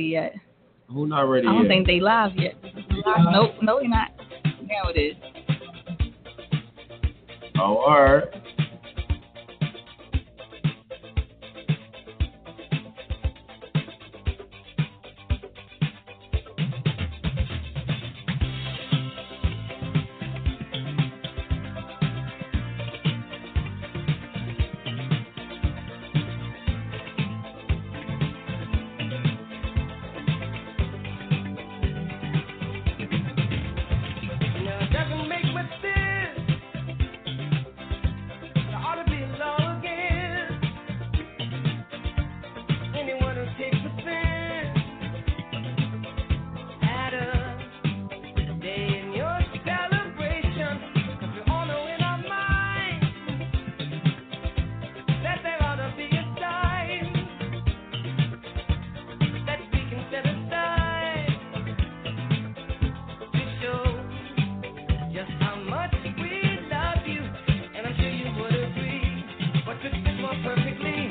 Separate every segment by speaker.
Speaker 1: yet.
Speaker 2: Who not ready
Speaker 1: I don't
Speaker 2: yet?
Speaker 1: think they live yet. Nope, no, they not. Now it is.
Speaker 2: oh, all right.
Speaker 3: Now doesn't make much sense. I ought to be in love again. Anyone who takes offense at a day in your celebration, 'cause we all know in our minds that there ought to be a time that we can set aside to show just how much we love you, and I'm sure you would agree. What could fit more perfectly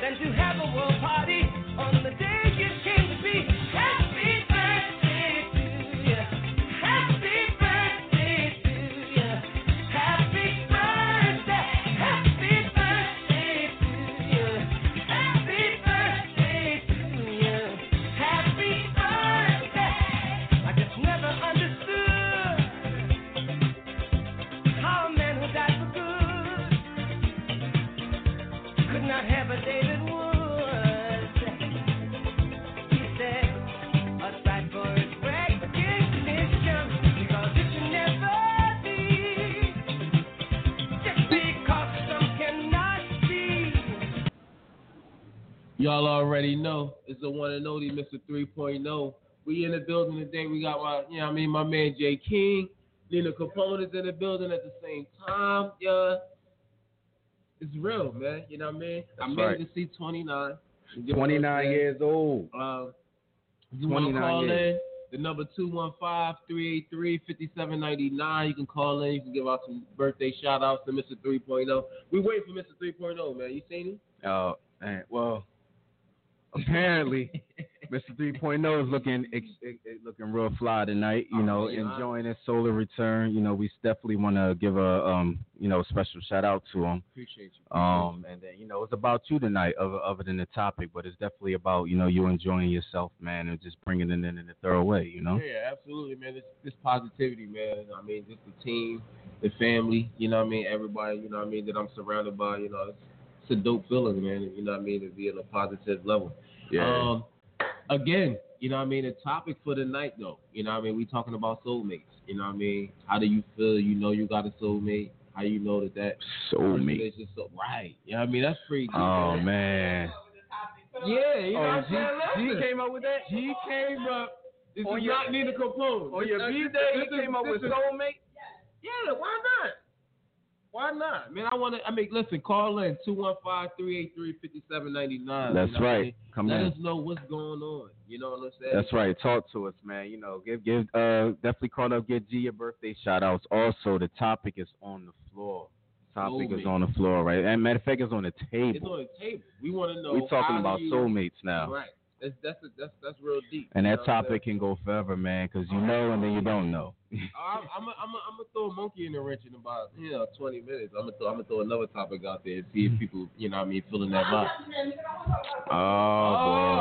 Speaker 3: than to have a world party on the day you came to be? Happy birthday to you. Happy birthday to you. Happy birthday. Happy birthday to you. Happy birthday to you. Happy birthday. I just never understood how a man who died for good could not have a day that would. He said, aside for his recognition, because it should never be. Just because some cannot be.
Speaker 2: Y'all already know. It's the one and only Mr. 3.0. oh. We in the building today. We got my, you know what I mean, my man Jay King. Nina Capone is in the building at the same time. Yeah. It's real, man. You know what I mean? I
Speaker 4: That's
Speaker 2: made
Speaker 4: right.
Speaker 2: it to see 29. You get what I'm
Speaker 4: 29
Speaker 2: saying?
Speaker 4: years old.
Speaker 2: Um, you want to
Speaker 4: 29
Speaker 2: call in?
Speaker 4: years.
Speaker 2: The number 215-383-5799. You can call in. You can give out some birthday shout outs to Mr. 3.0. oh. We waiting for Mr. 3.0, man. You seen him?
Speaker 4: Oh, man. Well, apparently, Mr. 3.0 is looking ex- ex- ex- looking real fly tonight. You know,
Speaker 2: Oh, yeah.
Speaker 4: enjoying his solar return. You know, we definitely want to give a um, you know, special shout out to him.
Speaker 2: Appreciate you.
Speaker 4: Um, and then you know, it's about you tonight, other, other than the topic, but it's definitely about you know you enjoying yourself, man, and just bringing it in in a thorough way. You know.
Speaker 2: Yeah, absolutely, man. This, this positivity, man. I mean, just the team, the family. You know what I mean? Everybody. You know what I mean? That I'm surrounded by. You know, it's, it's a dope feeling, man. You know what I mean? To be on a positive level. Um, again, you know what I mean? The topic for the night, though. You know what I mean? We talking about soulmates. You know what I mean? How do you feel? You know you got a soulmate. How you know that that
Speaker 4: Soulmate.
Speaker 2: relation's so right? You know what I mean? That's pretty. deep,
Speaker 4: Oh
Speaker 2: man.
Speaker 4: man.
Speaker 2: Yeah, you know what I'm
Speaker 4: G,
Speaker 2: saying? Listen.
Speaker 4: came up with that.
Speaker 2: He came up. This
Speaker 4: On
Speaker 2: is
Speaker 4: your-
Speaker 2: not Nina Capone.
Speaker 4: on your
Speaker 2: This-
Speaker 4: B
Speaker 2: Uh, this-
Speaker 4: day, he
Speaker 2: this is-
Speaker 4: came up
Speaker 2: this is-
Speaker 4: with
Speaker 2: Yeah, why not? Why not? Man, I want to, I mean, listen, call in 215 383 5799.
Speaker 4: That's right. Come
Speaker 2: Let
Speaker 4: in.
Speaker 2: us know what's going on. You know what I'm saying?
Speaker 4: That's right. Talk to us, man. You know, give give uh definitely call up, get G your birthday shout outs. Also, the topic is on the floor. Topic
Speaker 2: Soulmate.
Speaker 4: is on the floor, right? And matter of fact, it's on the
Speaker 2: It's
Speaker 4: table.
Speaker 2: on the table. We want to know.
Speaker 4: We're talking
Speaker 2: how
Speaker 4: about
Speaker 2: do you,
Speaker 4: soulmates now.
Speaker 2: Right. That's that's a, that's that's real deep.
Speaker 4: And
Speaker 2: you
Speaker 4: that
Speaker 2: know what I'm
Speaker 4: topic
Speaker 2: saying?
Speaker 4: can go forever, man, because you know and then you don't know.
Speaker 2: I'm I'm a, I'm a, I'm gonna throw a monkey in the wrench in about you know 20 minutes. I'm gonna throw, I'm gonna throw another topic out there and see if people you know what I mean feeling that vibe.
Speaker 4: Oh,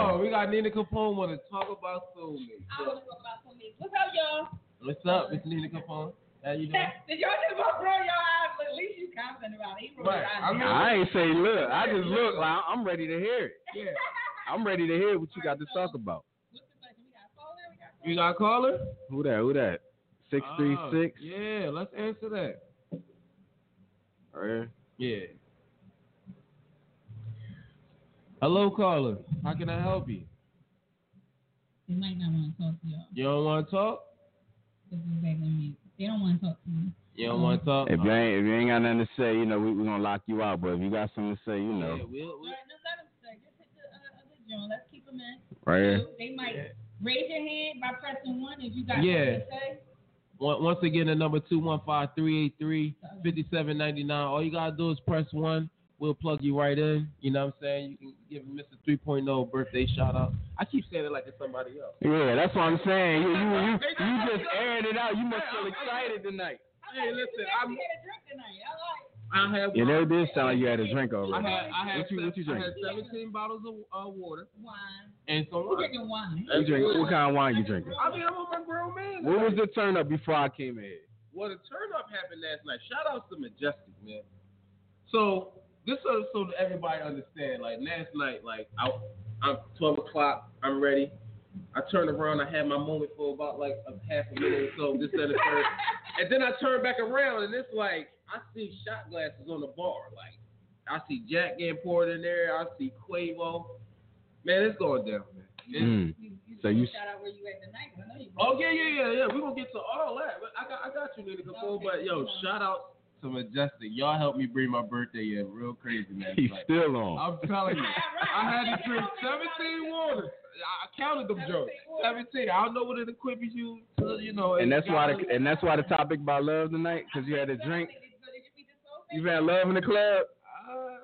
Speaker 2: Oh,
Speaker 4: boy.
Speaker 2: we got Nina Capone want to talk about soulmates. So,
Speaker 5: What's up, y'all?
Speaker 2: what's up, Miss Nina Capone? How you doing?
Speaker 5: Did y'all just both roll your eyes? But at least you confident about it. He rolled
Speaker 2: Right.
Speaker 5: his
Speaker 2: I
Speaker 5: eyes.
Speaker 2: mean-
Speaker 4: I ain't say look. I just look like I'm ready to hear it.
Speaker 2: Yeah.
Speaker 4: I'm ready to hear what you got to talk about.
Speaker 5: What's the question? We got solar, we got
Speaker 2: You got a caller?
Speaker 4: Who that? Who that? Six three
Speaker 2: Ah,
Speaker 4: six.
Speaker 2: Yeah, let's answer that. Yeah. Hello, caller. How can I help you?
Speaker 5: They might not want to talk to y'all.
Speaker 2: You don't want to talk?
Speaker 5: This is exactly me. They don't want to talk to me.
Speaker 2: You don't want to talk?
Speaker 4: If you ain't if you ain't got nothing to say, you know we we gonna lock you out. But if you got something to say, you
Speaker 2: Yeah,
Speaker 4: know,
Speaker 2: we'll,
Speaker 5: All
Speaker 2: we'll,
Speaker 5: right, no, let them say. Just hit the uh, other joint. Let's keep them in.
Speaker 4: right here.
Speaker 5: So They might raise your hand by pressing one if you got
Speaker 2: Yeah.
Speaker 5: something to say.
Speaker 2: on- once again, the number 215-383-5799. All you got to do is press 1. We'll plug you right in. You know what I'm saying? You can give Mr. 3.0 a birthday shout out. I keep saying it like it's somebody else.
Speaker 4: Yeah, that's what I'm saying. You you you, you just airing it out. Oh, You must feel excited tonight.
Speaker 2: Hey, listen,
Speaker 5: I'm.
Speaker 2: I'm-
Speaker 5: Get a drink tonight. I like.
Speaker 2: I have
Speaker 4: Yeah, that did sound like you had a drink
Speaker 2: I
Speaker 4: already.
Speaker 2: had, I had,
Speaker 4: What you- what you
Speaker 2: se- I had
Speaker 4: drinking?
Speaker 2: 17 bottles of uh, water
Speaker 5: Wine.
Speaker 2: and some
Speaker 5: We're
Speaker 2: wine.
Speaker 5: drinking wine.
Speaker 4: You drink what kind of wine you drinking?
Speaker 2: I mean, I'm on my grown man.
Speaker 4: What was the turn up before I came in? here?
Speaker 2: Well, the turn up happened last night. Shout outs to Majestic, man. So this is so that everybody understand. Like last night, like I, I'm 12 o'clock. I'm ready. I turned around. I had my moment for about like a half a minute or so. This that, and the third. And then I turn back around, and it's like I see shot glasses on the bar. Like I see Jack getting poured in there. I see Quavo. Man, it's going down, man. It's-
Speaker 4: Mm.
Speaker 5: You, you
Speaker 4: So you s-
Speaker 5: shout out where you at tonight. 'cause I know you.
Speaker 2: Oh yeah, yeah, yeah, yeah. We gonna get to all that. But I got, I got you, nigga. Before, but yo, shout out to Majestic. Y'all helped me bring my birthday in real crazy, man.
Speaker 4: He's
Speaker 2: Like,
Speaker 4: still on.
Speaker 2: I'm telling you, I had to drink 17 waters. I I counted them jokes. 17. I don't know what it equips you to, you know.
Speaker 4: And that's why the, and that's why the topic about love tonight, because you had a drink. You had love in the club.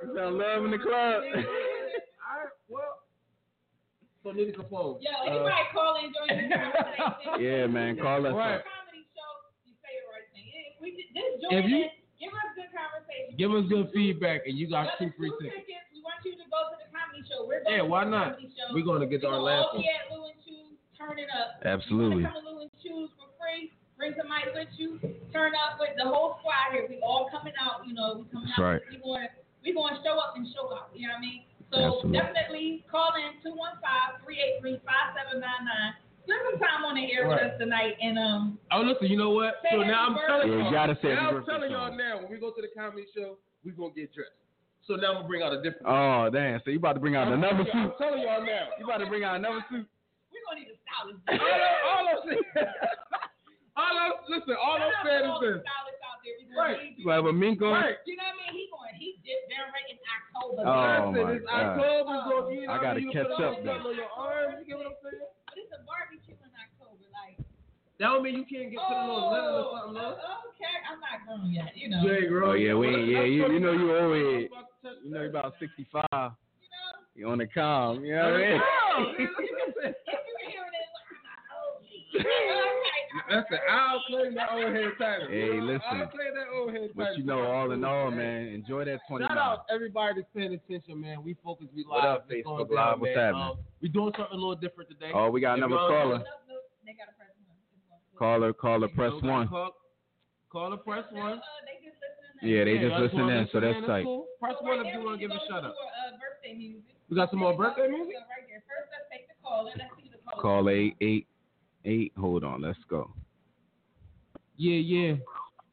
Speaker 4: You had love in the club.
Speaker 2: Alright, well. So Nita Capone.
Speaker 5: Yo,
Speaker 6: Uh,
Speaker 5: anybody call in during the
Speaker 4: yeah, man. Call us.
Speaker 2: Right.
Speaker 4: Up.
Speaker 5: comedy show, you say the right thing. If we did- this joint
Speaker 2: If you-
Speaker 5: is- give us good conversation.
Speaker 2: Give us good feedback, and you got two
Speaker 5: Whether it's
Speaker 2: free tickets.
Speaker 5: We want you to go to the comedy show. We're
Speaker 2: Yeah,
Speaker 5: going to
Speaker 2: why
Speaker 5: the
Speaker 2: not?
Speaker 5: comedy show.
Speaker 2: We're gonna get to our last
Speaker 5: Oh
Speaker 2: one.
Speaker 5: yeah, Lou and Chew, turn it up.
Speaker 4: Absolutely.
Speaker 5: You wanna come to Lou and Chew's for free. Bring somebody with you. Turn up with the whole squad here. We all coming out. You know, we coming
Speaker 4: That's
Speaker 5: out.
Speaker 4: right.
Speaker 5: We going. We going to show up and show out. You know what I mean? So
Speaker 4: Absolutely.
Speaker 5: definitely call in 215-383-5799. Spend some time on the air
Speaker 2: Right.
Speaker 5: with us tonight and um.
Speaker 2: Oh, listen, you know what?
Speaker 5: Say
Speaker 2: So
Speaker 5: happy
Speaker 2: now I'm
Speaker 5: birthday.
Speaker 2: telling
Speaker 4: Yeah,
Speaker 2: y'all.
Speaker 4: you gotta say
Speaker 2: now
Speaker 4: happy
Speaker 2: I'm
Speaker 4: birthday
Speaker 2: telling
Speaker 4: song.
Speaker 2: y'all now, when we go to the comedy show, we gonna get dressed. So now I'm gonna bring out a different.
Speaker 4: Oh damn! So you about to bring out
Speaker 2: I'm
Speaker 4: another
Speaker 2: telling y'all-
Speaker 4: suit?
Speaker 2: I'm telling y'all now.
Speaker 4: You about to bring out another suit?
Speaker 5: We're going to need a stylist.
Speaker 2: All I'm, all I'm saying, all I'm, listen, all I'm saying is this. Right.
Speaker 4: You have a mink on?
Speaker 2: Right.
Speaker 5: You know what I mean? He going, he did down right in
Speaker 2: Uh,
Speaker 5: October.
Speaker 4: Oh,
Speaker 2: Listen,
Speaker 4: my
Speaker 2: it's
Speaker 4: God.
Speaker 2: October, so if you-
Speaker 4: I gotta
Speaker 2: you
Speaker 4: catch
Speaker 2: put a
Speaker 4: up
Speaker 2: little
Speaker 4: then.
Speaker 2: something on your arm, you get what I'm saying?
Speaker 5: But it's oh, a barbecue in October, like.
Speaker 2: That don't mean you can't get to the little level or something, love.
Speaker 5: oh, okay, I'm not grown yet, you know.
Speaker 2: Jay, bro.
Speaker 4: Oh, yeah, we ain't- yeah, you- you know you old head. You
Speaker 2: You
Speaker 4: know, you about 65.
Speaker 5: You know,
Speaker 4: You on the calm? You know what
Speaker 2: Yeah,
Speaker 4: I
Speaker 2: man.
Speaker 4: mean?
Speaker 5: if you're hearing it, like, oh, I'm not old. Okay.
Speaker 2: Listen, I'll claim that old head title.
Speaker 4: Hey,
Speaker 2: I'll
Speaker 4: listen.
Speaker 2: claim that old head title.
Speaker 4: But you know, all in all, man, enjoy that 20
Speaker 2: Shout out everybody that's paying attention, man. We focus, we live.
Speaker 4: What up,
Speaker 2: It's
Speaker 4: Facebook
Speaker 2: going down,
Speaker 4: Live? What's
Speaker 2: man.
Speaker 4: happening?
Speaker 2: Um, we doing something a little different today.
Speaker 4: Oh, we got another caller.
Speaker 5: Nope, nope, They got a press one.
Speaker 4: Caller, caller,
Speaker 2: So
Speaker 4: press
Speaker 2: we
Speaker 4: one.
Speaker 2: Call, call the press
Speaker 5: No,
Speaker 2: one.
Speaker 5: uh, they just listening.
Speaker 4: Yeah, they
Speaker 2: Yeah,
Speaker 4: just
Speaker 2: y'all
Speaker 4: listen
Speaker 2: wanna
Speaker 4: in, so that's
Speaker 2: in,
Speaker 4: tight.
Speaker 2: cool. Press
Speaker 5: So
Speaker 2: one
Speaker 5: right
Speaker 2: if
Speaker 5: there,
Speaker 2: you
Speaker 5: we
Speaker 2: want to give
Speaker 5: can
Speaker 2: a
Speaker 5: go
Speaker 2: shout
Speaker 5: to
Speaker 2: out.
Speaker 5: your, uh, birthday music.
Speaker 2: We got some more birthday music.
Speaker 5: Right there. First, let's take the call. Let's see the call.
Speaker 4: Call eight eight eight. Hold on, let's go.
Speaker 2: Yeah, yeah.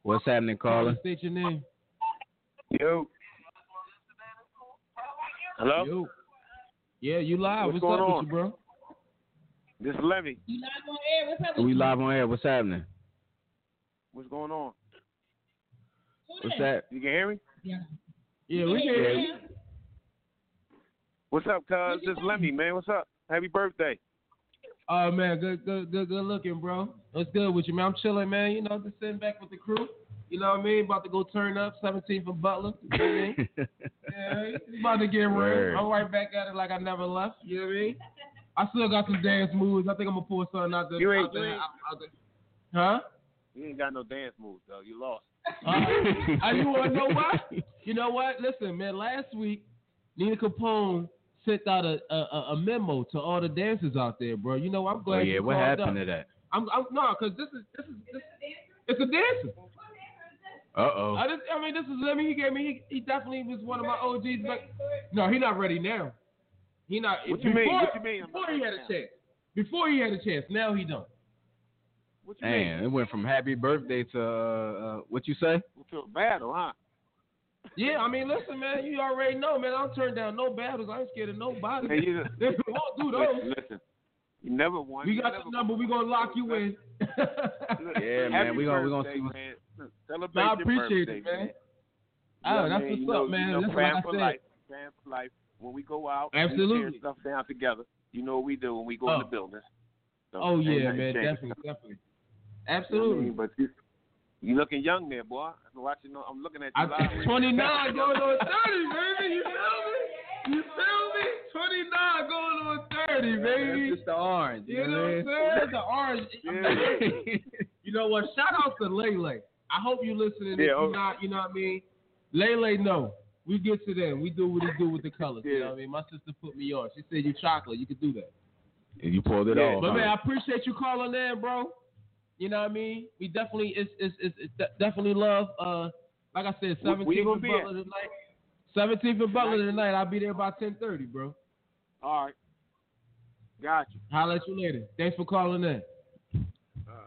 Speaker 4: What's happening, caller?
Speaker 2: State your name.
Speaker 7: Yo. Hello?
Speaker 2: Yo. Yeah, you live.
Speaker 7: What's
Speaker 2: What's
Speaker 7: going
Speaker 2: up
Speaker 7: on?
Speaker 2: with you, bro?
Speaker 7: This is Levy.
Speaker 5: You live on air. What's up? with
Speaker 4: We
Speaker 5: you?
Speaker 4: live on air. What's happening?
Speaker 7: What's going on?
Speaker 5: Who
Speaker 4: What's
Speaker 5: that?
Speaker 4: that?
Speaker 7: You can hear me?
Speaker 2: Yeah, we
Speaker 5: Yeah,
Speaker 2: here.
Speaker 5: yeah.
Speaker 7: What's up, cuz? This is Lemmy, man. What's up? Happy birthday.
Speaker 2: Oh man, good, good, good, good looking, bro. What's good with you, man? I'm chilling, man. You know, just sitting back with the crew. You know what I mean? About to go turn up. 17 for Butler. You know what I mean? Yeah, it's about to get
Speaker 4: Word.
Speaker 2: real. I'm right back at it like I never left. You know what I mean? I still got some dance moves. I think I'm gonna pull something out there.
Speaker 7: You ain't-
Speaker 2: out there,
Speaker 7: you ain't-
Speaker 2: out, out there. Huh?
Speaker 7: You ain't got no dance moves, though. You lost.
Speaker 2: Uh, I- you wanna know why? You know what? Listen, man. Last week, Nina Capone sent out a, a a- a memo to all the dancers out there, bro. You know I'm
Speaker 4: Oh
Speaker 2: glad.
Speaker 4: yeah,
Speaker 2: you
Speaker 4: what
Speaker 2: called
Speaker 4: happened
Speaker 2: Up.
Speaker 4: to that?
Speaker 2: I'm, I'm no, cause this is this is this, it's a dancer.
Speaker 4: Uh oh.
Speaker 2: I, just, I mean, this is I mean, he gave me. He, he definitely was one of my OGs. But no, he not ready now. He not.
Speaker 7: What you
Speaker 2: before,
Speaker 7: mean? What you mean? I'm
Speaker 2: Before
Speaker 7: not
Speaker 2: he had a
Speaker 7: ready now?
Speaker 2: chance. Before he had a chance. Now he don't.
Speaker 7: What you mean?
Speaker 4: Damn, it went from happy birthday to uh, uh, what you say?
Speaker 7: To a battle, huh?
Speaker 2: Yeah, I mean, listen, man. You already know, man. I don't turn down no battles. I ain't scared of nobody.
Speaker 7: Hey, you,
Speaker 2: They won't do
Speaker 7: listen,
Speaker 2: those.
Speaker 7: listen. You never won.
Speaker 2: We
Speaker 7: You
Speaker 2: got
Speaker 7: never
Speaker 2: your number.
Speaker 7: won.
Speaker 2: We gonna lock you in.
Speaker 7: Listen,
Speaker 4: Yeah, man,
Speaker 7: happy
Speaker 4: we gonna- we gonna
Speaker 7: birthday,
Speaker 4: see what-
Speaker 7: man. Celebrate
Speaker 2: I
Speaker 7: your
Speaker 2: appreciate
Speaker 7: birthday,
Speaker 2: it, man.
Speaker 7: You know
Speaker 2: Oh,
Speaker 7: what I
Speaker 2: that's
Speaker 7: mean?
Speaker 2: what's
Speaker 7: You know-
Speaker 2: up, man.
Speaker 7: You know,
Speaker 2: Listen, like
Speaker 7: plan
Speaker 2: I
Speaker 7: for
Speaker 2: said,
Speaker 7: life. Plan for life. When we go out, we
Speaker 2: Absolutely.
Speaker 7: tear stuff down together. You know what we do when we go
Speaker 2: Oh.
Speaker 7: in the building. So,
Speaker 2: Oh
Speaker 7: ain't
Speaker 2: yeah,
Speaker 7: nothing
Speaker 2: man,
Speaker 7: changed.
Speaker 2: definitely, definitely,
Speaker 7: You know what I mean?
Speaker 2: absolutely.
Speaker 7: But you, You looking young there, boy. I'm watching. I'm looking at you.
Speaker 2: I,
Speaker 7: live.
Speaker 2: 29 going on 30, baby. You feel me? You feel me? 29 going on 30,
Speaker 4: That's
Speaker 2: baby.
Speaker 4: just the orange.
Speaker 2: You know what I'm saying? That's the orange.
Speaker 4: Yeah.
Speaker 2: You know what? Shout out to Lele. I hope you listening.
Speaker 7: Yeah,
Speaker 2: if you
Speaker 4: oh.
Speaker 7: okay.
Speaker 2: not, you know what I mean? Lele, no. We get to them. We do what we do with the colors. You know
Speaker 7: Yeah.
Speaker 2: what I mean? My sister put me on. She said, you chocolate. You could do that.
Speaker 4: And you pulled it
Speaker 7: Yeah.
Speaker 4: off.
Speaker 2: But
Speaker 4: huh?
Speaker 2: man, I appreciate you calling in, bro. You know what I mean? We definitely it's it's, it's, it's de- definitely love. Uh, like I said,
Speaker 7: Where- where you
Speaker 2: seventeenth
Speaker 7: gonna
Speaker 2: and
Speaker 7: be
Speaker 2: Butler tonight. Seventeenth and Butler tonight. I'll be there by ten thirty, bro.
Speaker 7: All right. Got you.
Speaker 2: Holla at you later. Thanks for calling in.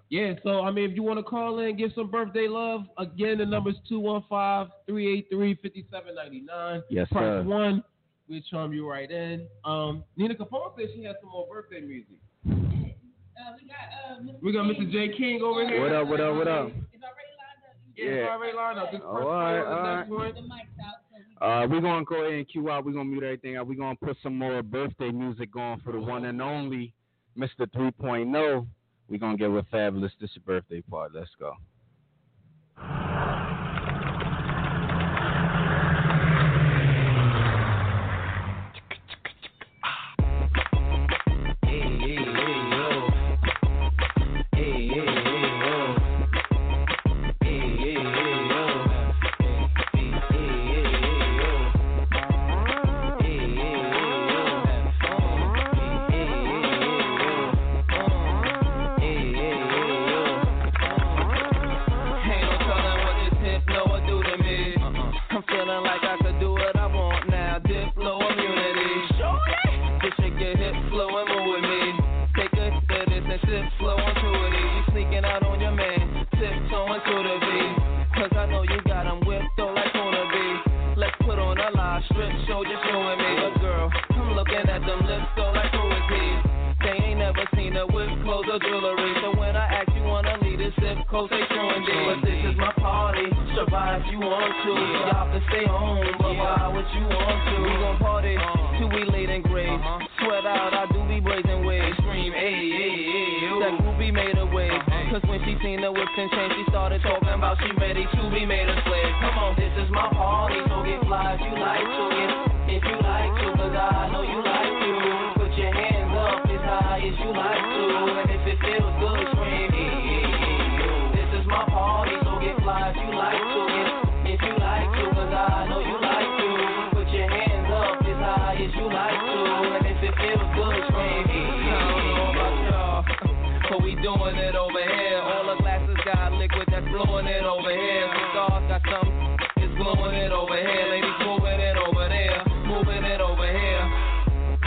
Speaker 2: Yeah, so I mean, if you want to call in, give some birthday love. Again, the number's 215-383-5799.
Speaker 4: Yes,
Speaker 2: Press
Speaker 4: sir.
Speaker 2: one. We'll charm you right in. Um, Nina Capone said she has some more birthday music.
Speaker 1: Uh, we got, uh, Mr.
Speaker 2: We got Mr. J King over here.
Speaker 4: What up? What up? What up?
Speaker 1: It's already lined up. You
Speaker 2: Yeah, it's
Speaker 4: Yeah.
Speaker 2: already lined up. This
Speaker 4: All
Speaker 2: first
Speaker 4: right,
Speaker 2: call, the
Speaker 4: all
Speaker 2: next
Speaker 1: put
Speaker 2: one.
Speaker 1: the mics out so we
Speaker 4: Uh, we're gonna go ahead and cue out. We're gonna mute everything out. We're gonna put some more birthday music on for the one and only Mr. 3.0. We're oh. gonna get with Fabulous. This is your birthday party. Let's go.
Speaker 3: Ain't no telling what this hip lower do to me. I'm feeling like I could do what I want now. Diplo immunity. This shit get hip, flow, and move with me. Take a hit of this and sip, flow onto it. You sneaking out on your man, tiptoeing to the beat. Cause I know you got him whipped though like wanna be. Let's put on a live strip show, just you and me. But girl, I'm looking at them lips though like who is he? They ain't never seen a whip clothes or jewelry. So when I ask you wanna lead a zip code, they true indeed. But this is my party. Survive if you want to. Y'all can stay home, but why would you want to? We gon' party till we late in grave. Sweat out, I do be blazing waves. Scream, ayy, ayy, ayy. E, That groupie made a wave. Cause when she seen the whip and chain, she started talking about she ready to be made a slave. Come on, this is my party. So get fly if you like to. If, if you like to, cause I know you like to. Put your hands up as high as you like to. And if it feels good, scream, ayy, ayy, ayy. This is my party. So get fly if you like to. If, if you like to, cause I know you like to. Put your hands up as high as you like to. And if it feels good, scream, ayy, ayy, ayy. I don't know about y'all. But we doing it over here. All the glasses got liquid that's blowing it over here. Cigars got some it's blowing it over here. Ladies moving it over there, moving it over here.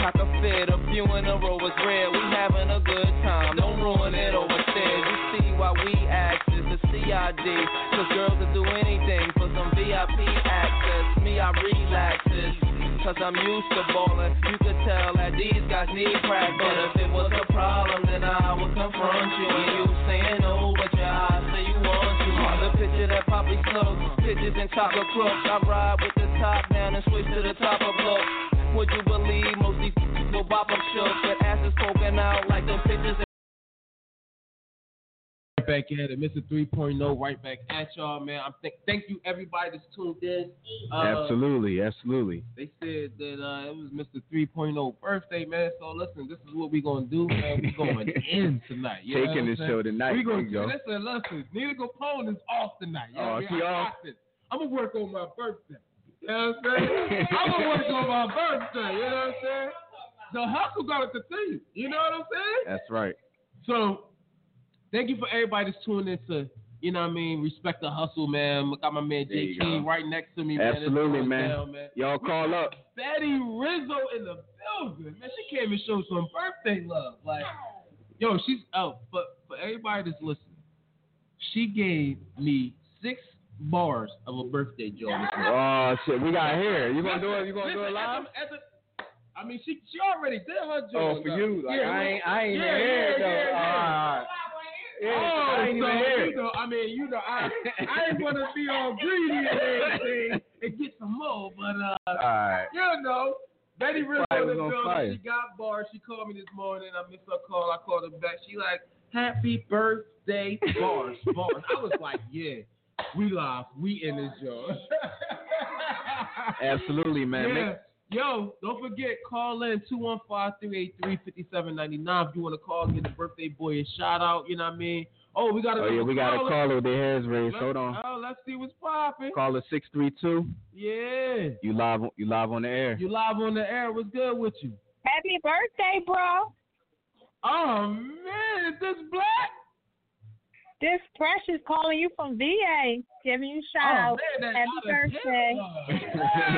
Speaker 3: I can feel the few in the row is rare. We having a good time. Don't ruin it overstairs. You see why we act is the CID. Cause girls will do anything for some VIP access. Me, I relaxes. Cause I'm used to ballin'. You could tell that these guys need crack. But if it was a problem, then I would confront you. And you saying no, but your eyes say you want to. The picture that Poppy slopes, pictures and chocolate crooks. I ride with the top down and switch to the top of looks. Would you believe most these go bop up shook? But asses poking out like them pictures.
Speaker 2: Right back at it. Mr. 3.0 oh, right back at y'all, man. I'm th- thank you everybody that's tuned in. Uh,
Speaker 4: absolutely, absolutely.
Speaker 2: They said that uh, it was Mr. 3.0 birthday, man. So listen, this is what we gonna do, man. We going in tonight. You know what
Speaker 4: Taking
Speaker 2: I'm
Speaker 4: this
Speaker 2: saying?
Speaker 4: show tonight.
Speaker 2: We gonna
Speaker 4: There you go.
Speaker 2: listen, listen. Nina Capone is off tonight. You know
Speaker 4: Oh,
Speaker 2: what I
Speaker 4: she
Speaker 2: mean? I
Speaker 4: off?
Speaker 2: got this. I'm gonna work on my birthday. You know what I'm saying? I'm gonna work on my birthday. You know what I'm saying? The hustle gotta continue. You know what I'm saying?
Speaker 4: That's right.
Speaker 2: So, thank you for everybody that's tuning in to, you know what I mean, Respect the Hustle, man. I got my man
Speaker 4: There
Speaker 2: Jay
Speaker 4: you
Speaker 2: King
Speaker 4: go.
Speaker 2: right next to me, man. It's
Speaker 4: Absolutely,
Speaker 2: going
Speaker 4: man.
Speaker 2: down, man.
Speaker 4: Y'all call up.
Speaker 2: Betty Rizzo in the building, man. She came and showed some birthday love. Like, yo, she's out. But for everybody that's listening, she gave me six bars of a birthday joke. this morning.
Speaker 4: Oh shit, we got here. You gonna do it? You gonna do it
Speaker 2: Listen,
Speaker 4: live?
Speaker 2: at the- at the- I mean, she she already did her joke.
Speaker 4: Oh, for you? Like
Speaker 2: yeah,
Speaker 4: I ain't, I ain't
Speaker 2: yeah,
Speaker 4: even here
Speaker 2: yeah,
Speaker 4: though.
Speaker 2: yeah, yeah.
Speaker 4: All right. Yeah,
Speaker 2: Oh,
Speaker 4: I ain't
Speaker 2: so,
Speaker 4: even
Speaker 2: you
Speaker 4: here.
Speaker 2: know, I mean, you know, I, I ain't gonna be all greedy and everything and get some more, but uh,
Speaker 4: All right.
Speaker 2: you know, Betty Rizzo
Speaker 4: Fire
Speaker 2: in the
Speaker 4: was on
Speaker 2: building.
Speaker 4: fire.
Speaker 2: She got bars. She called me this morning. I missed her call. I called her back. She like, happy birthday, Barnes. Barnes. I was like, yeah, we live. We in this joint.
Speaker 4: Absolutely, man.
Speaker 2: Yeah. Yo, don't forget, call in 215-383-5799 if you want to call, give the birthday boy a shout out, you know what I mean? Oh, we got
Speaker 4: Make,
Speaker 2: a
Speaker 4: oh yeah, we got a caller with their hands raised.
Speaker 2: Let's,
Speaker 4: Hold on.
Speaker 2: Oh, let's see what's popping.
Speaker 4: Caller six three two.
Speaker 2: Yeah.
Speaker 4: You live. You live on the air.
Speaker 2: You live on the air. What's good with you?
Speaker 1: Happy birthday, bro.
Speaker 2: Oh, man, is this black?
Speaker 1: This Precious calling you from VA, giving you a shout out.
Speaker 2: oh, man,
Speaker 1: Happy
Speaker 2: that's
Speaker 1: birthday.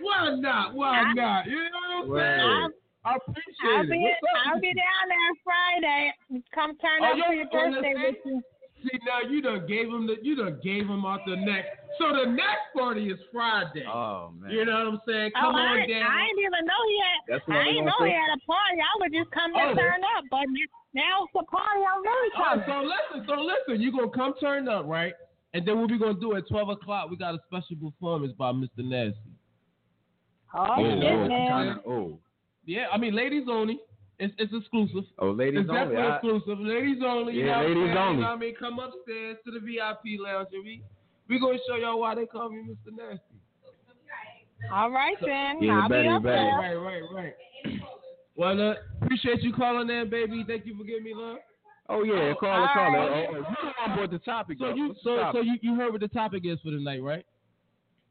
Speaker 2: Why not? Why not? You know what I'm saying?
Speaker 4: Word.
Speaker 2: I appreciate
Speaker 1: I'll
Speaker 2: it.
Speaker 1: be
Speaker 2: What's up?
Speaker 1: I'll be down there Friday. Come turn
Speaker 2: Oh,
Speaker 1: up
Speaker 2: yo,
Speaker 1: for your
Speaker 2: on the
Speaker 1: birthday with
Speaker 2: same-
Speaker 1: you.
Speaker 2: See now you done gave him the you done gave him out the next. So the next party is Friday.
Speaker 4: Oh man.
Speaker 2: you know what I'm saying?
Speaker 1: Oh,
Speaker 2: Come on
Speaker 1: I,
Speaker 2: down.
Speaker 1: I didn't even know he had.
Speaker 4: That's what I
Speaker 1: I
Speaker 4: was
Speaker 1: didn't know
Speaker 4: gonna
Speaker 1: he
Speaker 4: say.
Speaker 1: had a party. I would just come
Speaker 2: Oh.
Speaker 1: and turn up, but now it's the party. I know he
Speaker 2: Oh,
Speaker 1: coming.
Speaker 2: so listen, so listen, you gonna come turn up, right? And then what we gonna do at twelve o'clock? We got a special performance by Mr. Nasty.
Speaker 4: Oh,
Speaker 1: Oh,
Speaker 2: Yeah,
Speaker 1: shit,
Speaker 4: oh, kinda-
Speaker 1: man.
Speaker 4: oh,
Speaker 2: Yeah, I mean ladies only. It's it's exclusive.
Speaker 4: oh, ladies
Speaker 2: it's
Speaker 4: only.
Speaker 2: definitely
Speaker 4: I-
Speaker 2: exclusive. Ladies only. you
Speaker 4: Yeah,
Speaker 2: know what I'm
Speaker 4: ladies
Speaker 2: saying?
Speaker 4: only.
Speaker 2: You know what I mean, come upstairs to the VIP lounge and we we gonna show y'all why they call me Mr. Nasty.
Speaker 1: All right then.
Speaker 4: Yeah,
Speaker 1: I'll be
Speaker 4: better,
Speaker 1: up
Speaker 4: better.
Speaker 1: there.
Speaker 2: Right, right, right. Well, uh, appreciate you calling in, baby. Thank you for giving me love.
Speaker 4: oh yeah,
Speaker 1: Oh,
Speaker 4: caller, caller.
Speaker 1: all
Speaker 4: Oh, oh, you on board the topic?
Speaker 2: So
Speaker 4: though.
Speaker 2: you,
Speaker 4: What's the
Speaker 2: so, so
Speaker 4: topic?
Speaker 2: you, you heard what the topic is for tonight, right?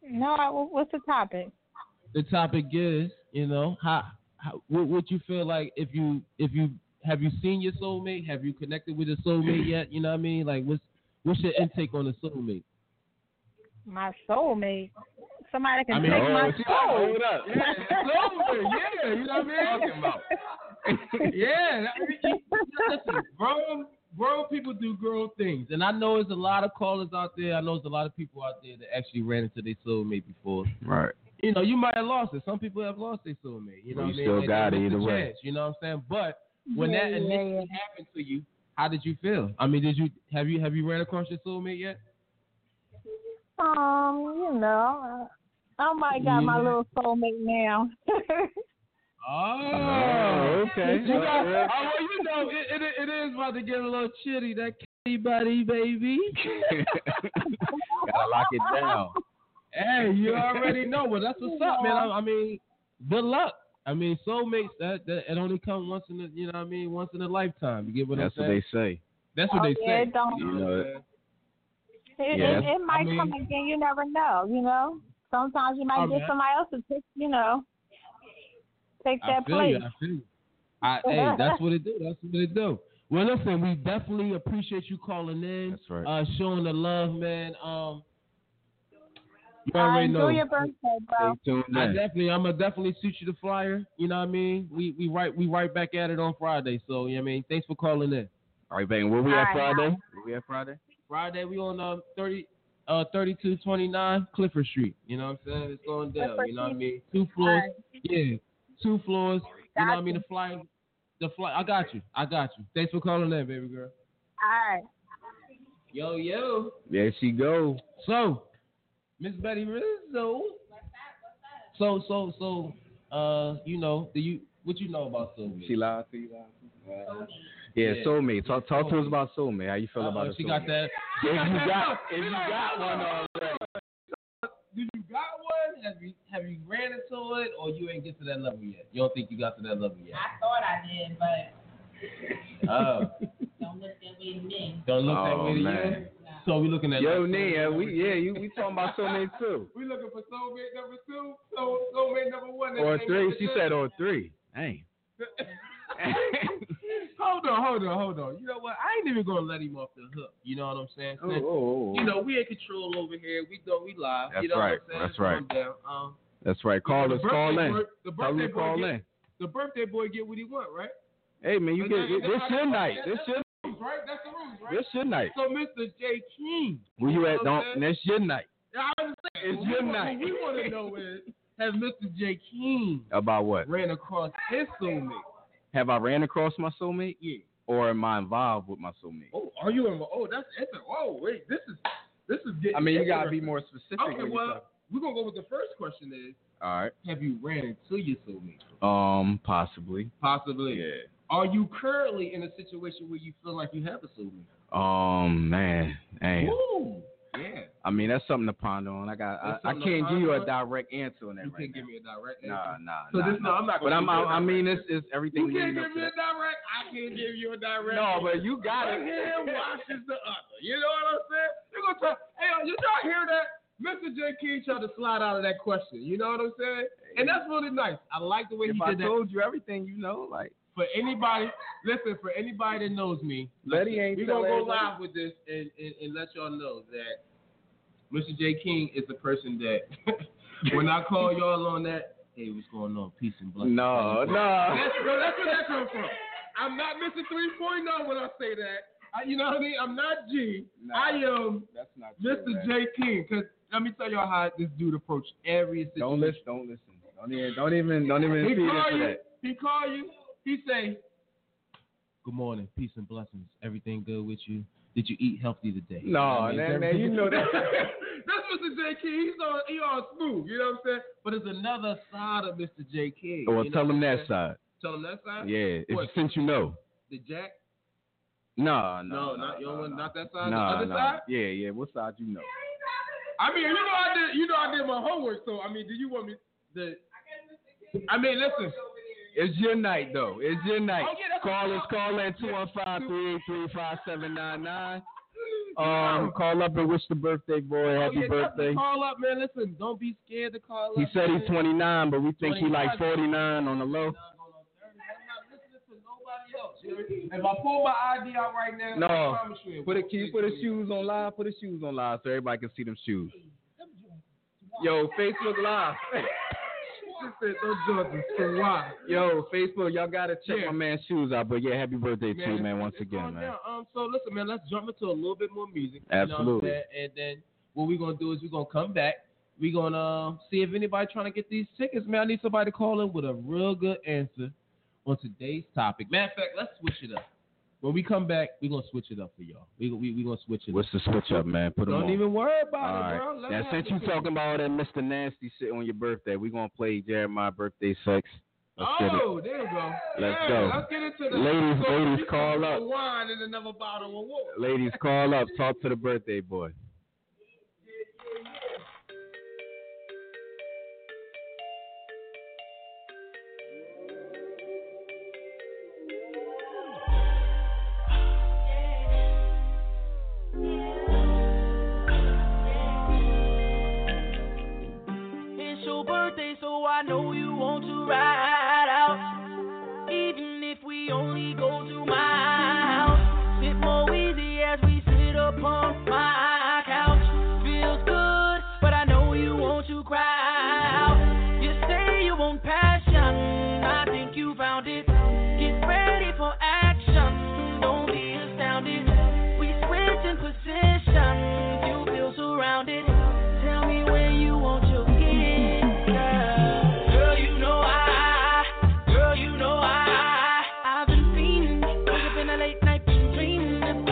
Speaker 1: No, I- what's the topic?
Speaker 2: The topic is, you know, how, how what would you feel like if you, if you, have you seen your soulmate? Have you connected with your soulmate yet? You know what I mean? Like, what's, what's your intake on a soulmate?
Speaker 1: My soulmate. Somebody can
Speaker 2: I mean,
Speaker 1: take
Speaker 2: oh,
Speaker 1: my
Speaker 4: she-
Speaker 1: soul.
Speaker 4: hold up.
Speaker 2: Yeah, soulmate. Yeah, you know what I mean?
Speaker 4: Talking about.
Speaker 2: yeah, that- you- listen, grown grown people do grown things, and I know there's a lot of callers out there. I know there's a lot of people out there that actually ran into their soulmate before.
Speaker 4: Right.
Speaker 2: You know, you might have lost it. Some people have lost their soulmate. You know,
Speaker 4: Well,
Speaker 2: what
Speaker 4: you
Speaker 2: I mean?
Speaker 4: still got
Speaker 2: They
Speaker 4: it
Speaker 2: missed
Speaker 4: either
Speaker 2: the
Speaker 4: way.
Speaker 2: chance, You know what I'm saying? But when
Speaker 1: Yeah,
Speaker 2: that
Speaker 1: yeah,
Speaker 2: initially
Speaker 1: yeah.
Speaker 2: happened to you, how did you feel? I mean, did you have you have you ran across your soulmate yet?
Speaker 1: Um, you know, I I might got my
Speaker 2: Yeah.
Speaker 1: little soulmate now.
Speaker 2: Oh,
Speaker 4: okay.
Speaker 2: You know,
Speaker 4: Well, yeah.
Speaker 2: oh, well, you know, it, it, it is about to get a little chilly. That kitty buddy, baby.
Speaker 4: Gotta lock it down.
Speaker 2: Hey, you already know, but that's what's up, man. I, I mean, good luck. I mean, soulmates that, that it only comes once in a, you know what I mean once in a lifetime. You get what
Speaker 4: That's
Speaker 2: I'm
Speaker 4: what
Speaker 2: saying?
Speaker 4: they say.
Speaker 2: that's what
Speaker 1: Oh,
Speaker 2: they
Speaker 1: yeah,
Speaker 2: say.
Speaker 1: it don't-
Speaker 2: You know what I'm saying?
Speaker 1: It,
Speaker 4: Yeah.
Speaker 1: it, it might
Speaker 2: I mean-
Speaker 1: come again. You never know. You know, sometimes you might
Speaker 2: Oh,
Speaker 1: get
Speaker 2: man.
Speaker 1: somebody else to take. You know, take
Speaker 2: I
Speaker 1: that
Speaker 2: feel
Speaker 1: place.
Speaker 2: you. I feel you. I, hey, that's what it do. That's what it do. Well, listen, we definitely appreciate you calling in,
Speaker 4: That's right.
Speaker 2: uh, showing the love, man. Um, you
Speaker 1: All right,
Speaker 2: already
Speaker 1: Uh, enjoy
Speaker 2: know.
Speaker 1: your birthday, bro.
Speaker 4: Stay tuned
Speaker 2: I
Speaker 4: in.
Speaker 2: definitely, I'm gonna definitely shoot you the flyer. You know what I mean? We we right we right back at it on Friday. So you know what I mean, thanks for calling in.
Speaker 4: All right, bang. Where we
Speaker 1: All
Speaker 4: at
Speaker 1: right.
Speaker 4: Friday? Where we at Friday?
Speaker 2: Friday we on um thirty uh thirty two twenty nine Clifford Street. You know what I'm saying? It's going down. You know what I mean? Two floors. Yeah, two floors. You know what I mean? The fly, the fly. I got you. I got you. Thanks for calling in, baby girl.
Speaker 1: All right.
Speaker 2: Yo yo.
Speaker 4: There she go.
Speaker 2: So, Miss Betty Rizzo. So so so uh you know do you what you know about soulmate?
Speaker 4: She lied to you. lied to you. Yeah,
Speaker 2: Yeah.
Speaker 4: soulmate. Talk talk to us
Speaker 2: Soulmate.
Speaker 4: about soulmate. How you feel
Speaker 2: Uh-oh,
Speaker 4: about it?
Speaker 2: Uh, oh, she got that. she
Speaker 4: If
Speaker 2: got
Speaker 4: you
Speaker 2: that
Speaker 4: got
Speaker 2: look.
Speaker 4: if
Speaker 2: She
Speaker 4: you
Speaker 2: like,
Speaker 4: got one already.
Speaker 2: Do you got one? Have you have you ran into it, or you ain't get to that level yet? You don't think you got to that level yet?
Speaker 5: I thought I did, but
Speaker 2: Oh,
Speaker 5: don't look that way to me.
Speaker 2: don't look that
Speaker 4: Oh,
Speaker 2: way to you.
Speaker 4: man.
Speaker 2: So we looking at
Speaker 4: Yo,
Speaker 2: like-
Speaker 4: Nia, yeah, we yeah, you we talking about soulmate too.
Speaker 2: We looking for soulmate number two, so soulmate number one.
Speaker 4: Or
Speaker 2: Ain't
Speaker 4: three.
Speaker 2: nothing
Speaker 4: She
Speaker 2: good.
Speaker 4: said or three. Hey.
Speaker 2: hold on, hold on, hold on. You know what? I ain't even gonna let him off the hook. You know what I'm saying?
Speaker 4: Oh, oh,
Speaker 2: You know we in control over here. We go, we live. you
Speaker 4: That's
Speaker 2: know What
Speaker 4: right,
Speaker 2: I'm saying?
Speaker 4: that's
Speaker 2: It's going
Speaker 4: right.
Speaker 2: Down. Um,
Speaker 4: That's right. Call
Speaker 2: the
Speaker 4: us.
Speaker 2: birthday
Speaker 4: Call in.
Speaker 2: boy- The
Speaker 4: Tell them
Speaker 2: birthday
Speaker 4: to
Speaker 2: boy
Speaker 4: call
Speaker 2: get,
Speaker 4: in.
Speaker 2: The birthday boy get what he want, right?
Speaker 4: Hey man, you
Speaker 2: But
Speaker 4: get
Speaker 2: that-
Speaker 4: this
Speaker 2: that's
Speaker 4: your
Speaker 2: how-
Speaker 4: night.
Speaker 2: that's-
Speaker 4: This
Speaker 2: that's
Speaker 4: your
Speaker 2: the rules, right? That's the rules, right?
Speaker 4: this your night.
Speaker 2: So Mr. J King,
Speaker 4: Where you at?
Speaker 2: know what I'm
Speaker 4: Don't. That's your night.
Speaker 2: I understand.
Speaker 4: It's
Speaker 2: What we
Speaker 4: your
Speaker 2: want-
Speaker 4: night.
Speaker 2: What we want to know is, has Mr. J King
Speaker 4: About what?
Speaker 2: ran across his soulmate?
Speaker 4: Have I ran across my soulmate?
Speaker 2: Yeah.
Speaker 4: Or am I involved with my soulmate?
Speaker 2: Oh, are you in? Oh, that's it's a, oh wait, this is this is getting.
Speaker 4: I mean, you gotta be
Speaker 2: interesting.
Speaker 4: more specific.
Speaker 2: Okay,
Speaker 4: when you
Speaker 2: well,
Speaker 4: talk.
Speaker 2: We're gonna go with the first question is
Speaker 4: All
Speaker 2: have you ran into your soulmate?
Speaker 4: right. Um, possibly.
Speaker 2: Possibly.
Speaker 4: Yeah.
Speaker 2: Are you currently in a situation where you feel like you have a soulmate?
Speaker 4: Um, man. Damn.
Speaker 2: Woo! Yeah.
Speaker 4: I mean, that's something to ponder on. I got. I,
Speaker 2: That's
Speaker 4: I
Speaker 2: something to
Speaker 4: can't give you a
Speaker 2: ponder
Speaker 4: direct answer on that
Speaker 2: You
Speaker 4: right
Speaker 2: can't
Speaker 4: now.
Speaker 2: give me a direct answer.
Speaker 4: Nah, nah,
Speaker 2: So
Speaker 4: nah.
Speaker 2: this, no,
Speaker 4: nah.
Speaker 2: I'm not
Speaker 4: But
Speaker 2: gonna give
Speaker 4: I'm,
Speaker 2: you
Speaker 4: I,
Speaker 2: a
Speaker 4: I
Speaker 2: direct
Speaker 4: mean,
Speaker 2: answer.
Speaker 4: it's, it's everything.
Speaker 2: You can't
Speaker 4: leading up
Speaker 2: give
Speaker 4: to
Speaker 2: me a
Speaker 4: that.
Speaker 2: direct. I can't give you a direct.
Speaker 4: No, but you got
Speaker 2: One hand
Speaker 4: it.
Speaker 2: washes the other. You know what I'm saying? You're gonna try. Hey, you y'all hear that? Mr. J. Key tried to slide out of that question. You know what I'm saying? And that's really nice. I like the way
Speaker 4: If
Speaker 2: he
Speaker 4: I
Speaker 2: did that.
Speaker 4: told you everything, you know, like.
Speaker 2: For anybody, listen. For anybody that knows me,
Speaker 4: Letty
Speaker 2: listen,
Speaker 4: ain't
Speaker 2: We're
Speaker 4: tell
Speaker 2: gonna go
Speaker 4: everybody.
Speaker 2: live with this and, and, and let y'all know that Mr. J. King is the person that when I call y'all on that, hey, what's going on? Peace and blessings.
Speaker 4: No,
Speaker 2: That's,
Speaker 4: no.
Speaker 2: no, that's where that comes from. I'm not Mr. 3.0 when I say that. I, you know what I mean? I'm not G.
Speaker 4: Nah.
Speaker 2: I am
Speaker 4: That's not
Speaker 2: Mr. J. King. Because let me tell y'all how this dude approached every situation.
Speaker 4: Don't listen. Don't listen. Don't even. Don't even. Don't even
Speaker 2: He
Speaker 4: feed
Speaker 2: call
Speaker 4: into
Speaker 2: you.
Speaker 4: that.
Speaker 2: He call you. He say, "Good morning, peace and blessings. Everything good with you? Did you eat healthy today?" You
Speaker 4: No,
Speaker 2: know what I mean?
Speaker 4: man, man,
Speaker 2: Everything-
Speaker 4: you know that.
Speaker 2: That's Mr. J. King. He's on. He on smooth. You know what I'm saying? But it's another side of Mr. J. King.
Speaker 4: Well,
Speaker 2: you know
Speaker 4: Oh, tell
Speaker 2: what
Speaker 4: him
Speaker 2: I'm
Speaker 4: that
Speaker 2: saying?
Speaker 4: side.
Speaker 2: Tell him that side.
Speaker 4: Yeah, if,
Speaker 2: What?
Speaker 4: since you know.
Speaker 2: The Jack.
Speaker 4: No,
Speaker 2: No,
Speaker 4: no,
Speaker 2: not your
Speaker 4: no,
Speaker 2: one,
Speaker 4: no.
Speaker 2: not that side.
Speaker 4: no,
Speaker 2: the other
Speaker 4: no.
Speaker 2: side.
Speaker 4: Yeah, yeah. What side you know?
Speaker 2: I mean, you know, I did. You know, I did my homework. So, I mean, do you want me the? I mean, listen.
Speaker 4: It's your night though. It's your night.
Speaker 2: Oh, yeah, that's
Speaker 4: call
Speaker 2: what-
Speaker 4: us. Call at 215-383-5799. Um, call up and wish the birthday boy
Speaker 2: Oh, yeah,
Speaker 4: happy
Speaker 2: definitely
Speaker 4: birthday.
Speaker 2: Call up, man. Listen, don't be scared to call up.
Speaker 4: He said he's
Speaker 2: man.
Speaker 4: 29, but we think he like
Speaker 2: 29.
Speaker 4: 49 on the low.
Speaker 2: I'm not listening to nobody else. you hear me? If I pull my ID out right now,
Speaker 4: No.
Speaker 2: I promise you it
Speaker 4: Put a
Speaker 2: won't
Speaker 4: key,
Speaker 2: take
Speaker 4: put his
Speaker 2: me.
Speaker 4: shoes on live. Put his shoes on live so everybody can see them shoes. Yo, Facebook Live.
Speaker 2: She said, "Don't judge us for why."
Speaker 4: Yo, Facebook, y'all gotta check
Speaker 2: Yeah.
Speaker 4: my man's shoes out. But yeah, happy birthday to you,
Speaker 2: it's-
Speaker 4: man, once
Speaker 2: it's
Speaker 4: again,
Speaker 2: going
Speaker 4: man.
Speaker 2: down. Um, so listen, man, let's jump into a little bit more music. you know what I'm
Speaker 4: Absolutely.
Speaker 2: saying? and then what we're gonna do is we're gonna come back. We're gonna uh, see if anybody trying to get these tickets, man. I need somebody to call in with a real good answer on today's topic. Matter of fact, let's switch it up. When we come back, we're gonna switch it up for y'all. We we we gonna switch it
Speaker 4: What's
Speaker 2: up.
Speaker 4: the switch up, man? Put them
Speaker 2: Don't
Speaker 4: on.
Speaker 2: even worry
Speaker 4: All
Speaker 2: about it,
Speaker 4: right.
Speaker 2: bro. Let
Speaker 4: Now,
Speaker 2: it
Speaker 4: since you
Speaker 2: happen.
Speaker 4: talking about all that Mr. Nasty shit on your birthday, we gonna play Jeremiah birthday sex. Let's get it.
Speaker 2: oh, there you go.
Speaker 4: Let's
Speaker 2: yeah,
Speaker 4: go.
Speaker 2: Let's get into the
Speaker 4: Ladies,
Speaker 2: so
Speaker 4: ladies,
Speaker 2: you
Speaker 4: call
Speaker 2: can
Speaker 4: up.
Speaker 2: put Wine and another bottle of water.
Speaker 4: Ladies, call up. Talk to the birthday boy.
Speaker 3: It's your birthday, so I know you want to ride out. Even if we only go to my house, sip more easy as we sit upon my couch. Feels good, but I know you want to cry out. You say you want passion, I think you found it. Get ready for action, don't be astounded. We switch in position, you feel surrounded. Tell me where you want your gift, girl. Girl, you know I, girl, you know I, I've been fiending, cause I've been a late night dreaming.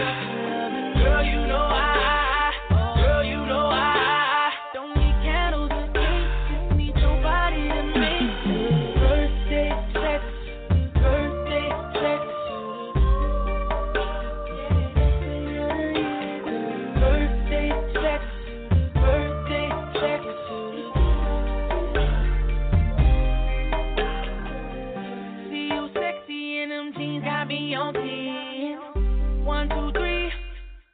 Speaker 3: Girl, you know I, girl, you know I, don't need candles and cake, need your body to make birthday sex, birthday sex. Birthday sex, birthday sex. See you sexy in them jeans, got me on 10. One, two, three,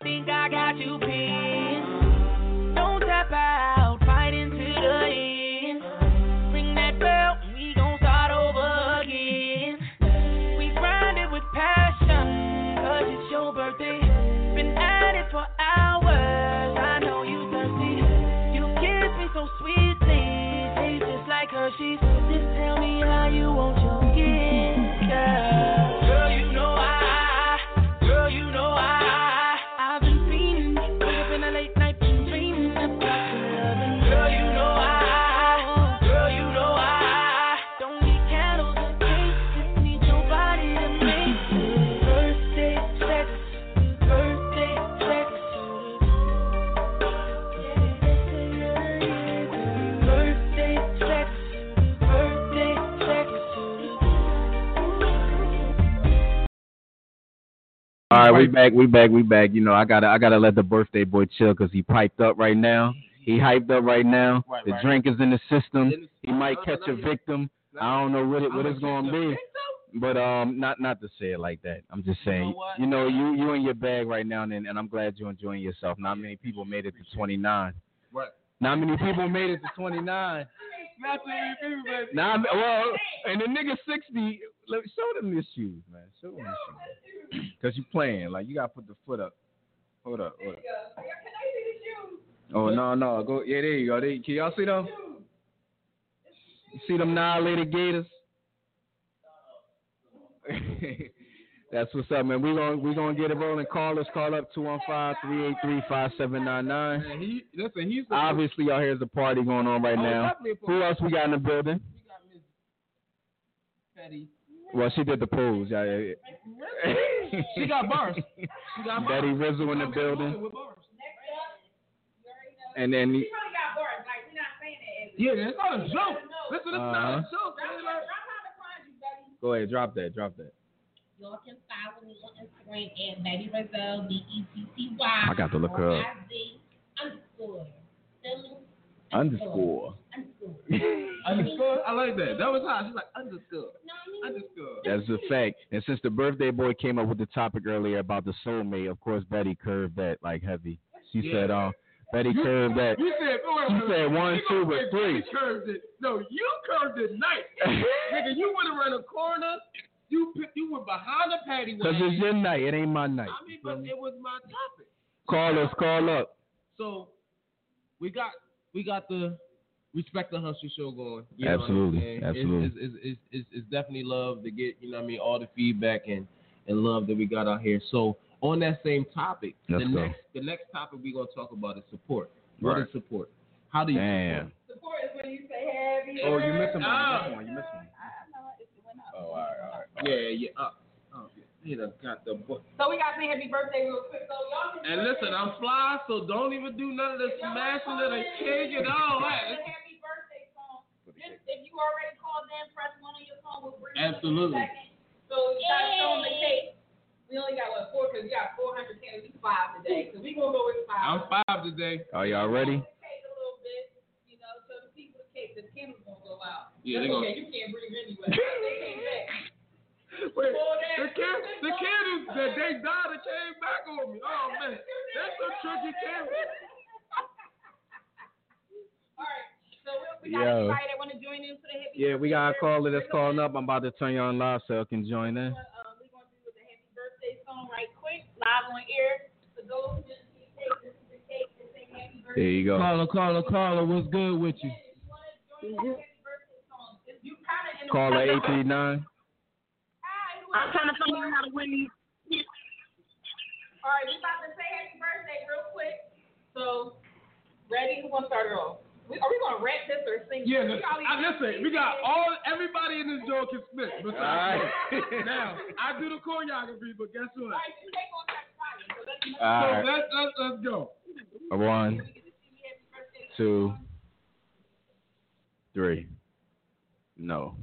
Speaker 3: think I got you pinned. Don't tap out, fight into the end. Ring that bell, we gon' start over again. We grind it with passion, cause it's your birthday. Been at it for hours, I know you thirsty. You kiss me so sweetly, taste just like Hershey's. Just tell me how you want your gift, girl. Girl, you know I, girl, you know I, I've been fiending, wake up in a late night dreaming about your loving. Girl, you know I, girl, you know I, don't need candles and cake, just need your body to make birthday sex, birthday sex. Birthday
Speaker 4: All right, we back, we back, we back. You know, I gotta, I gotta let the birthday boy chill because he piped up right now. He hyped up right now.
Speaker 2: Right,
Speaker 4: the
Speaker 2: right.
Speaker 4: drink is in the system.
Speaker 2: In the-
Speaker 4: He might
Speaker 2: no, no,
Speaker 4: catch
Speaker 2: no,
Speaker 4: a
Speaker 2: yeah.
Speaker 4: victim. I don't know what it, what
Speaker 2: I'ma
Speaker 4: it's gonna
Speaker 2: catch a
Speaker 4: be, but um, not not to say it like that. I'm just
Speaker 2: You know
Speaker 4: saying,
Speaker 2: what?
Speaker 4: you know, you you in your bag right now, and and I'm glad you're enjoying yourself. Not many people made it to 29.
Speaker 2: Right.
Speaker 4: Not many people made it to 29. Nah, I'm- well, and the nigga 60, let me show them your shoes, man. Show them your shoes. Because you playing. Like, you got to put the foot up. Hold up, hold up. Oh, no, no. go. Yeah, there you go. There, can y'all see them? You see them annihilated gators? That's what's up, man. We're going we gonna get it rolling. Call us. Call up 215-383-5799.
Speaker 2: Man, he listen. He's
Speaker 4: Obviously, y'all here's a party going on right
Speaker 2: Oh,
Speaker 4: now.
Speaker 2: definitely a party.
Speaker 4: Who else we got in the building?
Speaker 2: petty.
Speaker 4: Well, she did the pose. Yeah, yeah, yeah.
Speaker 2: She got bars. She got bars.
Speaker 4: Betty Rizzo in the building,
Speaker 2: With bars.
Speaker 4: and then
Speaker 5: She probably got bars, like, we're not saying that.
Speaker 2: Yeah, that's not a joke. Listen, it's not a
Speaker 4: Uh-huh.
Speaker 2: joke.
Speaker 5: Drop
Speaker 2: man.
Speaker 5: your-
Speaker 2: Like,
Speaker 5: drop how to find you, buddy.
Speaker 4: go ahead, drop that, drop that.
Speaker 5: Y'all can follow me on Instagram at Betty Rizzo, B E T T Y.
Speaker 4: I got to look her up.
Speaker 5: R-I-Z Underscore. Philly
Speaker 4: Underscore.
Speaker 5: Underscore.
Speaker 2: Underscore. I like that. That was hot. She's like underscore.
Speaker 5: You know what I mean?
Speaker 2: Underscore.
Speaker 4: That's a fact. And since the birthday boy came up with the topic earlier about the soulmate, of course Betty curved that like heavy. She
Speaker 2: Yeah.
Speaker 4: said, "Uh, Betty
Speaker 2: You-
Speaker 4: curved that."
Speaker 2: You said, oh, wait,
Speaker 4: You
Speaker 2: wait,
Speaker 4: said
Speaker 2: wait.
Speaker 4: one,
Speaker 2: You gonna
Speaker 4: two, but
Speaker 2: say
Speaker 4: three.
Speaker 2: you curved it. No, you curved it nice. Nigga, you went around a corner. You picked, you were behind the patty
Speaker 4: Cause it's
Speaker 2: wagon.
Speaker 4: your night. It ain't my night.
Speaker 2: I mean, but it was my topic.
Speaker 4: Call us. Call up.
Speaker 2: So we got we got the respect the hustle show going.
Speaker 4: Absolutely,
Speaker 2: what I'm saying?
Speaker 4: absolutely.
Speaker 2: It's, it's, it's, it's, it's definitely love to get you know what I mean all the feedback and and love that we got out here. So on that same topic,
Speaker 4: Let's
Speaker 2: the
Speaker 4: go.
Speaker 2: next the next topic we're gonna talk about is support. What is
Speaker 4: Right.
Speaker 2: support? How do you
Speaker 4: Damn.
Speaker 5: Support is when you say happy.
Speaker 4: Oh, you missing
Speaker 2: one, you missing
Speaker 4: one, you missing one.
Speaker 5: I know it it went up.
Speaker 4: Oh, all right, all right.
Speaker 2: support? Yeah, yeah. Uh, oh, yeah. He done got the book.
Speaker 5: So we got to say happy birthday real quick. So y'all can
Speaker 2: And listen, I'm fly, so don't even do none of the
Speaker 5: Y'all
Speaker 2: smashing
Speaker 5: call
Speaker 2: of the
Speaker 5: in.
Speaker 2: cake and all
Speaker 5: Sing
Speaker 2: that.
Speaker 5: the Happy birthday song. Just if you already called in, press one on your phone. We'll bring it up in a
Speaker 2: Absolutely.
Speaker 5: second. So you got to show them the cake. We only got what four because we got 400 candles. We five today, so we gonna go with
Speaker 2: I'm
Speaker 5: five.
Speaker 2: five today.
Speaker 4: Are y'all ready?
Speaker 5: Take a little bit, you know, show the people the cake. The candles gonna go out.
Speaker 2: Yeah, they
Speaker 5: That's
Speaker 2: gonna-
Speaker 5: okay. You can't breathe anyway. they came back.
Speaker 2: Wait,
Speaker 5: Pull that-
Speaker 2: the kid, the kid is that they died and came back on me. Oh man, that's some tricky kid.
Speaker 5: All right. So we we got
Speaker 4: Yo.
Speaker 5: everybody that want to join in to the happy.
Speaker 4: Yeah, we got a
Speaker 5: birthday.
Speaker 4: caller that's
Speaker 5: We're gonna-
Speaker 4: calling up. I'm about to turn you on live so you can join in.
Speaker 5: Uh, we're gonna do the happy birthday song right quick, live on air. So go just take this is the cake and sing happy
Speaker 4: There
Speaker 5: birthday.
Speaker 4: you go.
Speaker 2: Carla, Carla, Carla, what's good with you?
Speaker 5: If you want to join the happy birthday song, if you kind of in the
Speaker 4: Caller
Speaker 5: Hi,
Speaker 4: eight three nine.
Speaker 5: who is-
Speaker 8: trying to figure out how to win these.
Speaker 5: All right, we about to say happy birthday real quick. So ready? Who gonna start it off? We, are we gonna rap this or sing?
Speaker 2: Yeah,
Speaker 5: We
Speaker 2: listen,
Speaker 5: already-
Speaker 2: I, listen, we got all everybody in this joint can spit. besides
Speaker 4: Alright.
Speaker 2: me. now I do the choreography, but guess
Speaker 5: All
Speaker 2: what?
Speaker 5: right, you take on that fire. So let's
Speaker 4: All
Speaker 2: So
Speaker 4: right.
Speaker 2: let's let's let's go.
Speaker 4: One,
Speaker 5: we get to see happy birthday.
Speaker 4: two, three. No.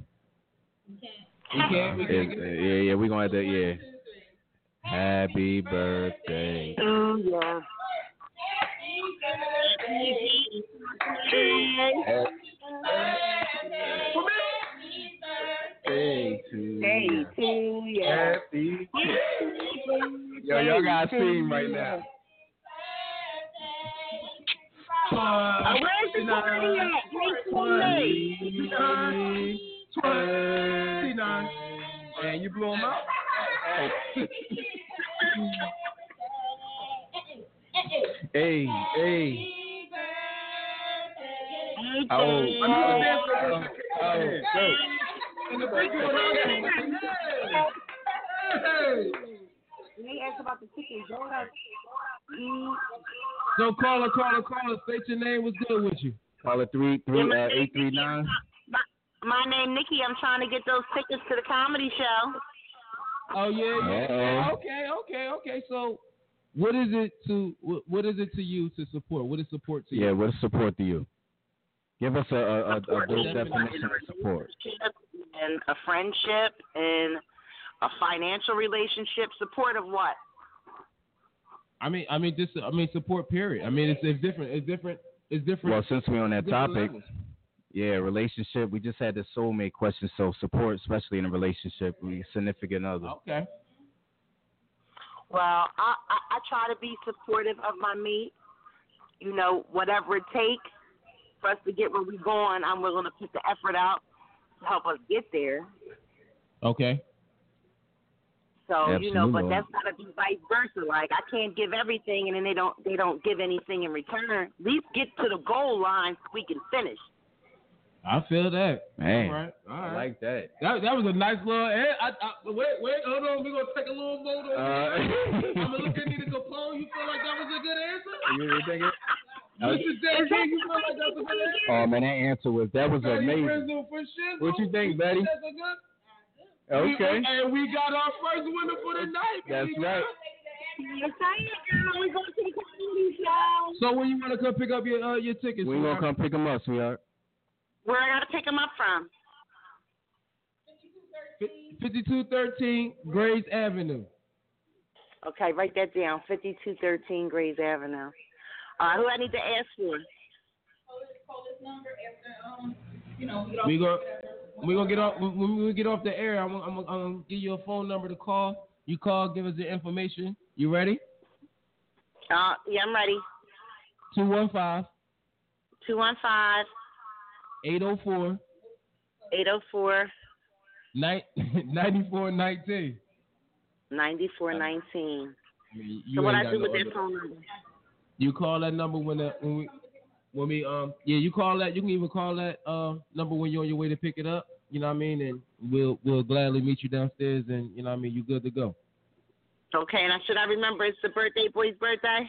Speaker 5: You can't.
Speaker 2: We can't, we
Speaker 4: Uh,
Speaker 2: can't.
Speaker 4: it- uh, yeah, yeah, we're gonna have to. Yeah.
Speaker 5: Two, three.
Speaker 4: Happy birthday.
Speaker 8: Yeah.
Speaker 5: Happy birthday.
Speaker 2: For me,
Speaker 4: Day to
Speaker 8: Day to you.
Speaker 4: Happy. Yo, y'all got a theme right now.
Speaker 2: uh,
Speaker 8: Where's the party at? Make some noise.
Speaker 2: twenty-nine, twenty-nine, and you blew 'em out.
Speaker 4: Hey, hey. Oh,
Speaker 2: I knew the dance was
Speaker 4: oh,
Speaker 2: gonna kick
Speaker 4: oh,
Speaker 2: in.
Speaker 4: go.
Speaker 2: And the big one, I was like, hey.
Speaker 8: They asked about the tickets. Y'all got-
Speaker 2: So Carla, Carla, Carla, state your name. What's good with you?
Speaker 4: Caller three three uh, eight three nine.
Speaker 8: My name Nikki. I'm trying to get those tickets to the comedy show.
Speaker 2: Oh yeah, yeah.
Speaker 4: Uh-oh.
Speaker 2: Okay, okay, okay. So, what is it to what- what is it to you to support? What is support to
Speaker 4: Yeah,
Speaker 2: you?
Speaker 4: what is support to you? Give us a a, a, a good
Speaker 2: Support.
Speaker 4: definition of support.
Speaker 8: And a friendship and a financial relationship. Support of what?
Speaker 2: I mean, I mean, just I mean, support. Period. I mean, it's, it's different. It's different. It's different.
Speaker 4: Well, since we're on that
Speaker 2: different
Speaker 4: topic,
Speaker 2: levels.
Speaker 4: yeah, relationship. We just had the soulmate question, so support, especially in a relationship with your significant other.
Speaker 2: Okay.
Speaker 8: Well, I, I I try to be supportive of my meat. You know, whatever it takes for us to get where we're going, I'm willing to put the effort out to help us get there.
Speaker 2: Okay.
Speaker 8: So you know, but
Speaker 4: Absolutely.
Speaker 8: that's gotta be vice versa. Like I can't give everything, and then they don't they don't give anything in return. At least get to the goal line so we can finish.
Speaker 2: I feel that.
Speaker 4: Man,
Speaker 2: All right. All
Speaker 4: I
Speaker 2: right.
Speaker 4: like that.
Speaker 2: that, that was a nice little. eh, I, I, wait, wait, hold on. We're going to take a little vote on this.
Speaker 4: Uh,
Speaker 2: I'm going to look at Nita Capone. You feel like that was a good answer?
Speaker 4: You really think it?
Speaker 2: Mr. J, you feel like that was a good answer?
Speaker 4: Oh man, that answer was that was
Speaker 2: Betty
Speaker 4: amazing.
Speaker 2: Frizzle for shizzle.
Speaker 4: What you think, Betty?
Speaker 2: That's a good. We-
Speaker 4: Okay,
Speaker 2: we- and we got our first winner for the night.
Speaker 4: that's
Speaker 2: baby.
Speaker 4: right.
Speaker 2: So when you want to come pick up your uh, your tickets?
Speaker 4: We gonna come pick them up, sweetheart.
Speaker 8: Where I gotta pick 'em up from?
Speaker 2: Fifty-two thirteen Grays Avenue.
Speaker 8: Okay, write that down. Fifty-two thirteen Grays Avenue. Uh, who I need to ask for?
Speaker 5: Call this number after, um, you know, we get off.
Speaker 2: We go. We gonna get off when- when we get off the air. I'm gonna, I'm, gonna, I'm gonna give you a phone number to call. You call, give us your information. You ready?
Speaker 8: Uh, yeah, I'm ready.
Speaker 2: 215
Speaker 8: Two one five
Speaker 2: 804
Speaker 8: eight zero four
Speaker 2: 9419.
Speaker 8: ninety four nineteen.
Speaker 2: I mean,
Speaker 8: So
Speaker 2: you
Speaker 8: what I
Speaker 2: ain't got
Speaker 8: do
Speaker 2: no
Speaker 8: with that
Speaker 2: other-
Speaker 8: phone number?
Speaker 2: You call that number when the, when we when we um yeah you call that you can even call that uh number when you're on your way to pick it up. You know what I mean? And we'll we'll gladly meet you downstairs and you know what I mean you good to go.
Speaker 8: Okay, and I should I remember it's the birthday boy's birthday?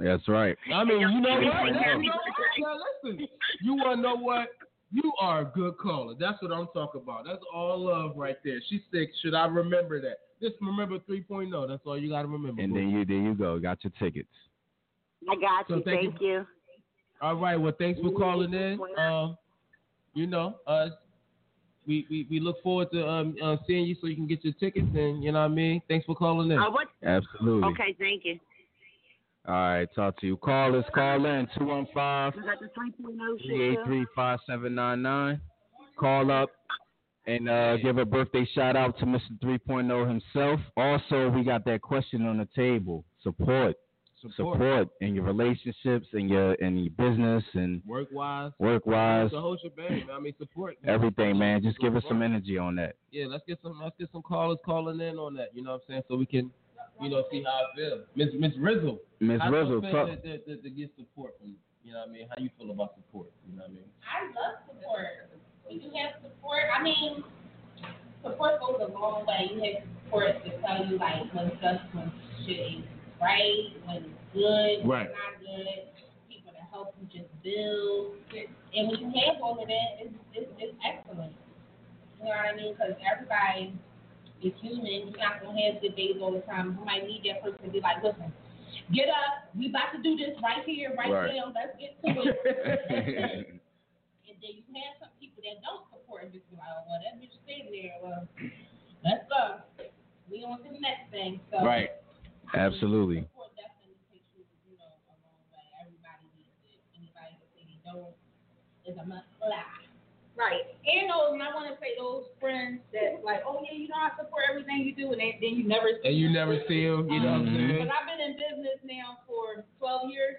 Speaker 4: That's right.
Speaker 2: I mean you know what?
Speaker 8: Yeah, yeah.
Speaker 2: You know what? Now, listen, you wanna know what? You are a good caller. That's what I'm talking about. That's all love right there. She's sick. Should I remember that? Just remember 3.0. That's all you gotta remember.
Speaker 4: And
Speaker 2: boo.
Speaker 4: then you there you go. Got your tickets.
Speaker 8: I got
Speaker 2: So
Speaker 8: you.
Speaker 2: thank you.
Speaker 8: Thank you.
Speaker 2: All right. Well, thanks for calling in. Um, you know, uh, we, we, we look forward to um, uh, seeing you so you can get your tickets and you know what I mean. Thanks for calling in.
Speaker 8: Uh, what?
Speaker 4: Absolutely.
Speaker 8: Okay, thank you.
Speaker 4: All right, talk to you. Call us. Call in 215
Speaker 8: You got the three point oh shit. yeah?
Speaker 4: 383-5799. Call up and uh, give a birthday shout out to Mr. 3.0 himself. Also, we got that question on the table. Support, support, in your relationships, in your in your business, and
Speaker 2: Work wise.
Speaker 4: work wise,
Speaker 2: The whole shebang, man. I mean, support. man.
Speaker 4: everything, man. Just give us some
Speaker 2: Support.
Speaker 4: energy on that.
Speaker 2: Yeah, let's get some let's get some callers calling in on that. You know what I'm saying? So we can, you know, see how I feel. Miss Miss Rizzle.
Speaker 4: Miss
Speaker 2: how do you
Speaker 4: Rizzle,
Speaker 2: feel
Speaker 4: talk.
Speaker 2: to, to, to, to get support from you know what I mean? How you feel about support? You know what I mean?
Speaker 5: I love support. When you have support, I mean, support goes a long way. You have support to tell you like when stuff, when shit ain't right, when it's good, when
Speaker 2: Right.
Speaker 5: it's not good. People to help you just build. And when you have all of that, it's, it's, it's excellent. You know what I mean? Because everybody is human. You're not gonna have good days all the time. You might need that person to be like, listen. Get up. We about to do this right here, right,
Speaker 4: Right.
Speaker 5: now. Let's get to it. And then you have some people that don't support and just be like, oh, well, that bitch sitting there. Well, let's go. We on to the next thing. So
Speaker 2: Right.
Speaker 4: Absolutely.
Speaker 5: Support definitely takes you, you know, a long way. Everybody needs it. Anybody that say they don't is a must lie. Right. And those, and I want to say those friends that like, oh yeah, you know, I support everything you do, and then, then you never. Um,
Speaker 2: And you never see them. You know what I'm saying?
Speaker 5: But I've been in business now for 12 years,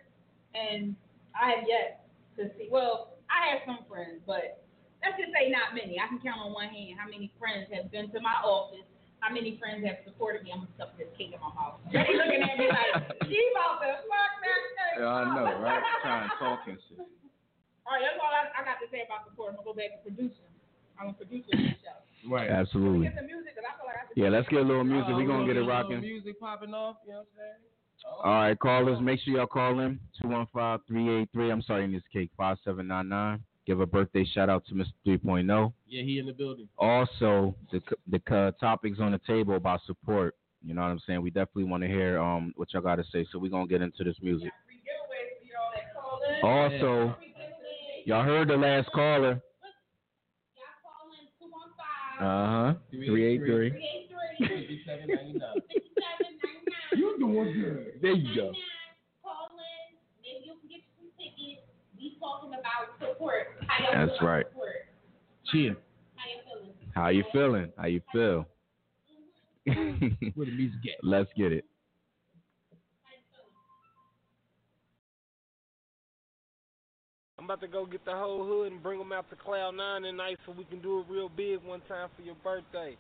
Speaker 5: and I have yet to see. Well, I have some friends, but let's just say not many. I can count on one hand how many friends have been to my office. How many friends have supported me? I'm gonna stuff this cake in my mouth. They looking at me like she about to fuck that cake. up."
Speaker 4: and shit.
Speaker 5: All right, that's all I, I got to say about support. I'm gonna go back to producing. I'm a producer of the show.
Speaker 2: Right.
Speaker 5: Can we
Speaker 4: Absolutely.
Speaker 5: Get the music, 'Cause I feel like I
Speaker 4: Yeah, let's get a little music.
Speaker 2: Uh,
Speaker 4: We're gonna get
Speaker 2: a
Speaker 4: it
Speaker 2: little
Speaker 4: rocking.
Speaker 2: Music popping off. You know what I'm saying?
Speaker 4: All right, callers, make sure y'all call in 215-383. I'm sorry, Miss Cake 5799. Give a birthday shout out to Mr. 3.0.
Speaker 2: Yeah, he in the building.
Speaker 4: oh. Also, the c- the uh, topics on the table about support. You know what I'm saying? We definitely want to hear um what y'all got to say. So we're gonna get into this music.
Speaker 5: free giveaways for y'all that call in.
Speaker 4: Oh. Also,
Speaker 5: Free giveaways.
Speaker 4: y'all heard the last caller.
Speaker 5: Y'all call in 215.
Speaker 4: Uh huh. 383.
Speaker 5: 383
Speaker 2: 57.99.
Speaker 5: 5799.
Speaker 2: You doing good.
Speaker 4: There you
Speaker 2: go.
Speaker 5: Call in. Maybe you can get you some tickets. We talking about support. How y'all
Speaker 4: That's
Speaker 5: feel about
Speaker 4: right.
Speaker 5: Support?
Speaker 4: Cheer.
Speaker 5: How y'all feeling?
Speaker 4: How you feeling? How you feel?
Speaker 2: Where the music at?
Speaker 4: Let's get it.
Speaker 9: I'm about to go get the whole hood and bring them out to Cloud Nine tonight so we can do it real big one time for your birthday.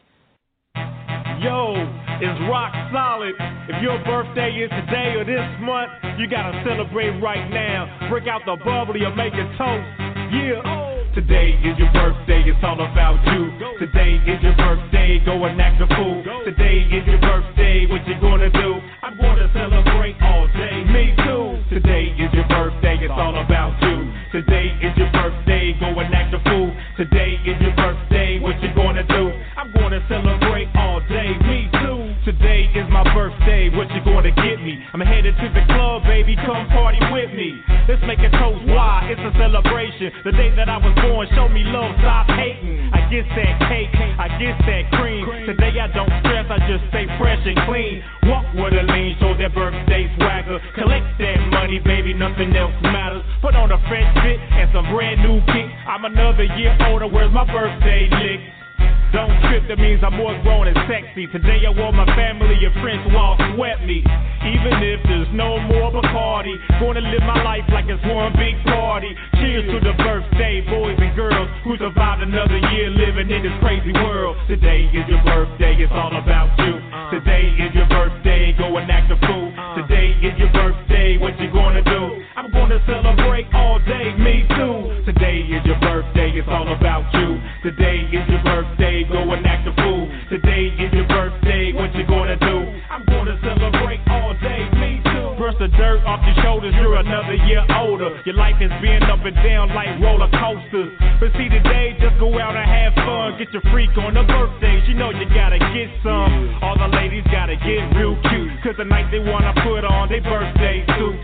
Speaker 10: Yo, it's rock solid. If your birthday is today or this month, you gotta celebrate right now. Break out the bubbly or make a toast. Yeah. Today is your birthday, it's all about you. Today is your birthday, go and act a fool. Today is your birthday, what you gonna do? I'm gonna celebrate all day. Me too. Today is your birthday, it's all about you. Today is your birthday, go and act a fool. Today is your birthday, what you gonna do? I'm gonna celebrate all day. Me too. Today is my birthday, what you gonna get me? I'm headed to the club, baby, come party with me. Let's make a toast, why? It's a celebration. The day that I was born, show me love, stop hating. I get that cake, I get that cream. Today I don't stress, I just stay fresh and clean. Walk with a lean, show that birthday swagger. Collect that money, baby, nothing else matters. Put on a fresh fit and some brand new kick. I'm another year older, where's my birthday lick? Don't trip, that means I'm more grown and sexy. Today I want my family and friends to all sweat me. Even if there's no more Bacardi, gonna live my life like it's one big party. Cheers to the birthday, boys and girls who survived another year living in this crazy world. Today is your birthday, it's all about you. Today is your birthday, go and act a fool. Today is your birthday, what you gonna do? I'm gonna celebrate all day, me too. Today is your birthday, it's all about you. Today is your birthday, go and act a fool. Today is your birthday, what you gonna do? I'm gonna celebrate all day, me too. Brush the dirt off your shoulders, you're another year older. Your life has been up and down like roller coasters. But see today, just go out and have fun. Get your freak on her birthday, you know you gotta get some. All the ladies gotta get real cute. Cause the night they wanna put on their birthday suit.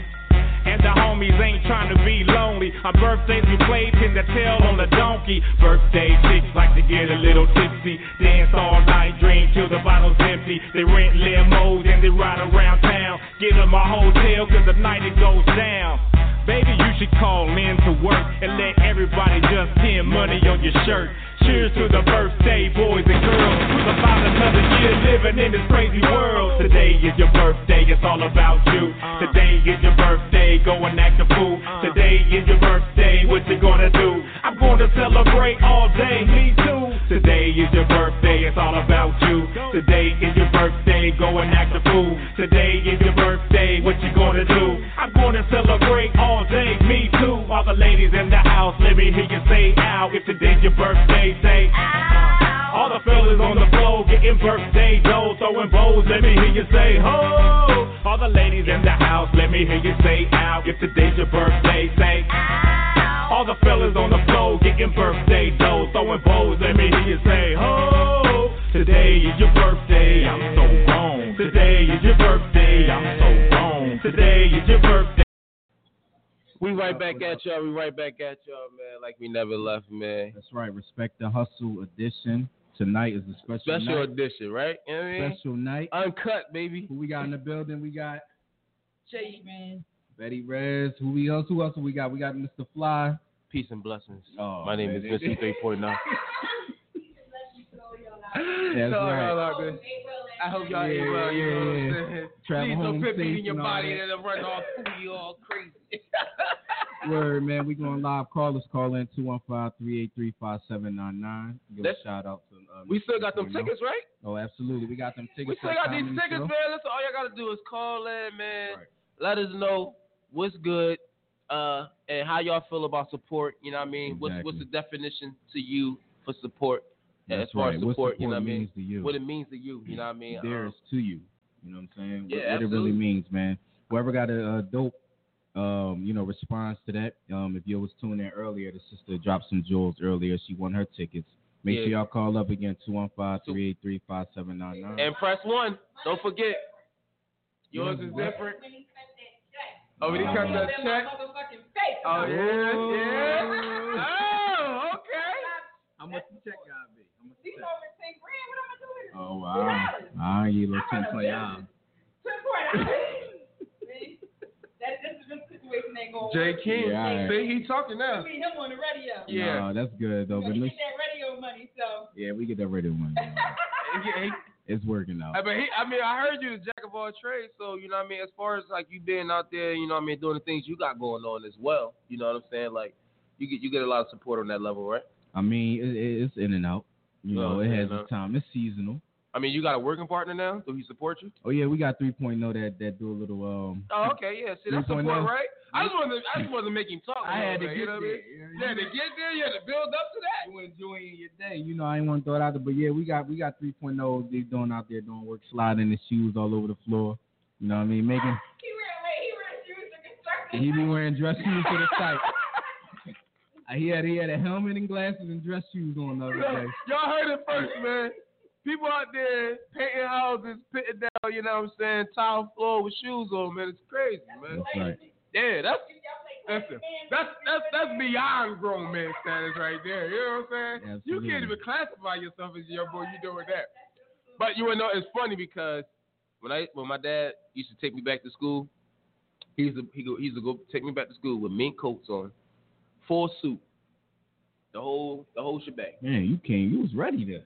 Speaker 10: And the homies ain't trying to be lonely. Our birthdays we play pin the tail on the donkey. Birthday chicks like to get a little tipsy. Dance all night, drink till the bottle's empty. They rent limos and they ride around town. Give them a hotel cause the night it goes down. Baby, you should call in to work and let everybody just pin money on your shirt. Cheers to the birthday, boys and girls. Who's about another year living in this crazy world? Today is your birthday, it's all about you. Today is your birthday, go and act a fool.
Speaker 7: Uh-huh.
Speaker 10: Today is your birthday, what you gonna do? I'm gonna celebrate all day, me too. Today is your birthday, it's all about you. Today is your birthday, go and act a fool. Today is your birthday, what you gonna do? I'm gonna celebrate all day, me too. All the ladies in the house, let me hear you say ow. If today's your birthday, say ow. All the fellas on the floor getting birthday dough, throwing bows, let me hear you say ho. All the ladies in the house, let me hear you say ow. If today's your birthday, say ow. All the fellas on the floor getting birthday dough, throwing bows, let me hear you say ho. Today is your birthday, I'm so wrong. Today is your birthday, I'm so wrong. Today is your birthday.
Speaker 2: We right back at y'all. We right back at y'all, man. Like we never left, man.
Speaker 4: That's right. Respect the hustle edition. Tonight is a special
Speaker 2: Special
Speaker 4: night.
Speaker 2: edition, right? You know what I mean?
Speaker 4: Special night.
Speaker 2: Uncut, baby.
Speaker 4: Who we got in the building? We got
Speaker 5: Jay, man.
Speaker 4: Betty Rez. Who we else? Who else we got? We got Mr. Fly.
Speaker 2: Peace and blessings.
Speaker 4: Oh,
Speaker 2: My name is
Speaker 4: man.
Speaker 2: Vincent 3.9.
Speaker 9: Sorry,
Speaker 4: That's right.
Speaker 5: Oh,
Speaker 9: all right, man. I hope y'all
Speaker 4: Yeah,
Speaker 9: eat well. You know what I'm
Speaker 4: yeah.
Speaker 9: saying?
Speaker 4: Travel
Speaker 9: Leave some
Speaker 4: home
Speaker 9: pimp
Speaker 4: safe
Speaker 9: in your
Speaker 4: and all
Speaker 9: body
Speaker 4: that.
Speaker 9: and it'll run all pooey, all crazy.
Speaker 4: Word, man. We going live. Call us. Call in 215-383-5799. Give
Speaker 2: Let's-
Speaker 4: a shout out to. Um,
Speaker 2: We still got them
Speaker 4: 3.9.
Speaker 2: tickets, right?
Speaker 4: Oh, absolutely. We got them tickets.
Speaker 2: We still
Speaker 4: for the
Speaker 2: got these
Speaker 4: comedy
Speaker 2: tickets,
Speaker 4: show.
Speaker 2: man. Listen, all y'all gotta do is call in, man.
Speaker 4: Right.
Speaker 2: Let us know what's good, uh, and how y'all feel about support. You know what I mean? What's what's the definition to you for support?
Speaker 4: That's
Speaker 2: as far
Speaker 4: right.
Speaker 2: as
Speaker 4: What
Speaker 2: support, you know what I mean?
Speaker 4: means to you.
Speaker 2: What it means to you, you know what I mean?
Speaker 4: theirs
Speaker 2: Um,
Speaker 4: to you. You know what I'm saying?
Speaker 2: Yeah,
Speaker 4: what, what it
Speaker 2: absolutely.
Speaker 4: really means, man. Whoever got a, a dope, um, you know, response to that. Um, if you was tuned in earlier, the sister dropped some jewels earlier. She won her tickets. Make sure
Speaker 2: Yeah.
Speaker 4: y'all call up again 215-383-5799.
Speaker 2: Um, and press one. Don't forget. Yours
Speaker 4: Yeah.
Speaker 2: is different.
Speaker 5: When he cut that check.
Speaker 2: Oh, we
Speaker 4: Wow.
Speaker 2: cut that
Speaker 5: That
Speaker 2: check.
Speaker 5: motherfucking face.
Speaker 2: Oh yeah, yeah. Oh, okay.
Speaker 4: How much the check gotta be? How much
Speaker 5: These over 10 grand, what am I
Speaker 4: Oh wow!
Speaker 5: doing?
Speaker 4: Oh, Ah, you look
Speaker 5: I'm
Speaker 4: ten
Speaker 5: a
Speaker 4: twenty.
Speaker 5: business. 10 grand.
Speaker 6: Jay King.
Speaker 4: Yeah, all right.
Speaker 6: See, he talking now.
Speaker 5: We him on the radio.
Speaker 4: No, that's good though. But
Speaker 5: He
Speaker 4: let's,
Speaker 5: get that radio money, so.
Speaker 4: yeah, we get that radio one.
Speaker 6: Yeah, he-
Speaker 4: It's working out.
Speaker 6: I mean,
Speaker 2: he- I mean, I heard you the jack of all trades, so you know what I mean. As far as like you being out there, you know what I mean, doing the things you got going on as well. You know what I'm saying? Like you get you get a lot of support on that level, right?
Speaker 4: I mean, it, it, it's in and out. You
Speaker 2: Oh,
Speaker 4: know, it
Speaker 2: yeah,
Speaker 4: has
Speaker 2: no.
Speaker 4: its time. It's seasonal.
Speaker 2: I mean, you got a working partner now. Do he support you?
Speaker 4: Oh yeah, we got 3.0 that that do a little um.
Speaker 2: Oh, okay, yeah. See, that's
Speaker 4: 3.0.
Speaker 2: support, right? I just wanted to, I just wanted to make him talk.
Speaker 4: I had to
Speaker 2: Oh, you
Speaker 4: get
Speaker 2: know what I mean?
Speaker 4: there,
Speaker 2: Yeah, to get there, you had to build up to that.
Speaker 6: You want to join in your
Speaker 4: Hey, you know, I ain't want to throw it out there, but yeah, we got we got 3.0 they doing out there doing work, sliding his shoes all over the floor. You know what I mean? Making
Speaker 5: He ran, wait, he ran shoes to construction.
Speaker 4: he be wearing dress shoes to the fight. He had he had a helmet and glasses and dress shoes on the other day.
Speaker 6: Y'all heard it first, man. People out there painting houses, pitting down, you know what I'm saying, tile floor with shoes on, man. It's crazy, man.
Speaker 4: That's right.
Speaker 6: Yeah, that's listen, that's that's that's beyond grown man status right there. You know what I'm saying? You can't
Speaker 4: Absolutely.
Speaker 6: even classify yourself as your boy. You doing that? But you know it's funny because
Speaker 2: when I when my dad used to take me back to school, he used to he, go, he used to go take me back to school with mink coats on, full suit, the whole the whole shebang.
Speaker 4: Man, you came, you was ready there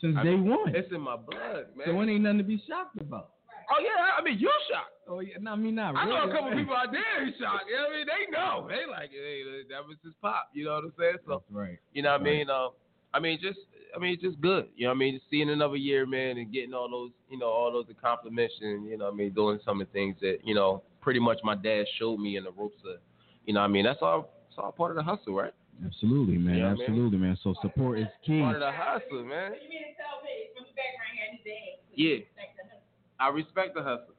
Speaker 4: since
Speaker 2: I
Speaker 4: day
Speaker 2: mean,
Speaker 4: one.
Speaker 2: It's in my blood, man.
Speaker 4: So it ain't nothing to be shocked about.
Speaker 2: oh yeah, I mean you shocked.
Speaker 4: Oh yeah, no, I mean not
Speaker 2: I
Speaker 4: really.
Speaker 2: know a couple people out there who shocked. You know what I mean? They know. They like hey, that was his pop. You know what I'm saying? So
Speaker 4: Right.
Speaker 2: you know what
Speaker 4: Mm. Right.
Speaker 2: I mean? Um, I mean just I mean just good. You know what I mean? Just seeing another year, man, and getting all those you know all those accomplishments. and, You know what I mean? Doing some of the things that you know pretty much my dad showed me in the ropes of. You know what I mean? That's all. It's all part of the hustle, right?
Speaker 4: Absolutely, man.
Speaker 2: Yeah, man.
Speaker 4: Absolutely, man. So support is key.
Speaker 2: Part of the hustle, man.
Speaker 5: What you mean to tell me? From the background here, I need
Speaker 2: Yeah.
Speaker 5: to ask. Like the husband.
Speaker 2: I respect the hustle.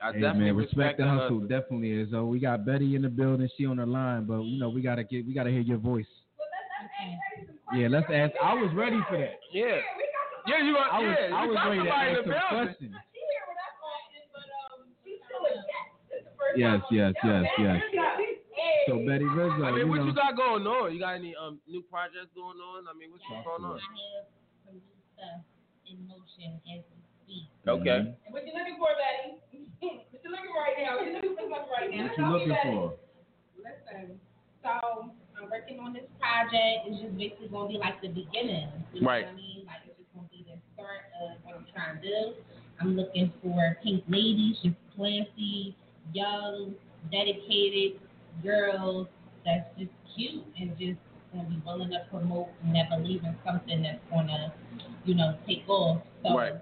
Speaker 2: I
Speaker 4: Hey,
Speaker 2: definitely
Speaker 4: man, respect, the hustle,
Speaker 2: hustle.
Speaker 4: definitely is. So we got Betty in the building, she on the line, but you know we gotta get, we gotta hear your voice.
Speaker 5: Well, let's, let's ask Eddie some questions.
Speaker 4: Yeah, let's ask. I was ready for that.
Speaker 2: Yeah.
Speaker 5: Yeah, we got some
Speaker 2: Yeah, you are.
Speaker 4: I was,
Speaker 2: yeah,
Speaker 4: I
Speaker 2: you
Speaker 4: was
Speaker 2: got somebody
Speaker 4: ready to
Speaker 2: in
Speaker 4: ask
Speaker 2: the
Speaker 4: some
Speaker 2: building.
Speaker 4: questions.
Speaker 5: She here with us often, but um, she's still a guest. This is the first
Speaker 4: Yes,
Speaker 5: time
Speaker 4: yes,
Speaker 5: on the
Speaker 4: yes,
Speaker 5: show.
Speaker 4: yes.
Speaker 5: Hey.
Speaker 4: So Betty Rizzo,
Speaker 2: I mean,
Speaker 4: you
Speaker 2: what
Speaker 4: know,
Speaker 2: you got going on? You got any um new projects going on? I mean, what's what's going on?
Speaker 11: have some new stuff in motion as we speak.
Speaker 2: Okay.
Speaker 5: And What you looking for, Betty? what you looking for right now? What you looking for something right now?
Speaker 4: what you
Speaker 5: Tell me,
Speaker 4: looking
Speaker 5: Betty.
Speaker 4: for?
Speaker 5: Listen, so I'm working on this project. It's just basically gonna be like the beginning. You know
Speaker 2: Right.
Speaker 5: what I mean? Like it's just gonna be the start of what I'm trying to do. I'm looking for pink ladies, just classy, young, dedicated girls that's just cute and just gonna be willing to promote and that believe in something that's gonna, you know, take off. So
Speaker 2: Right.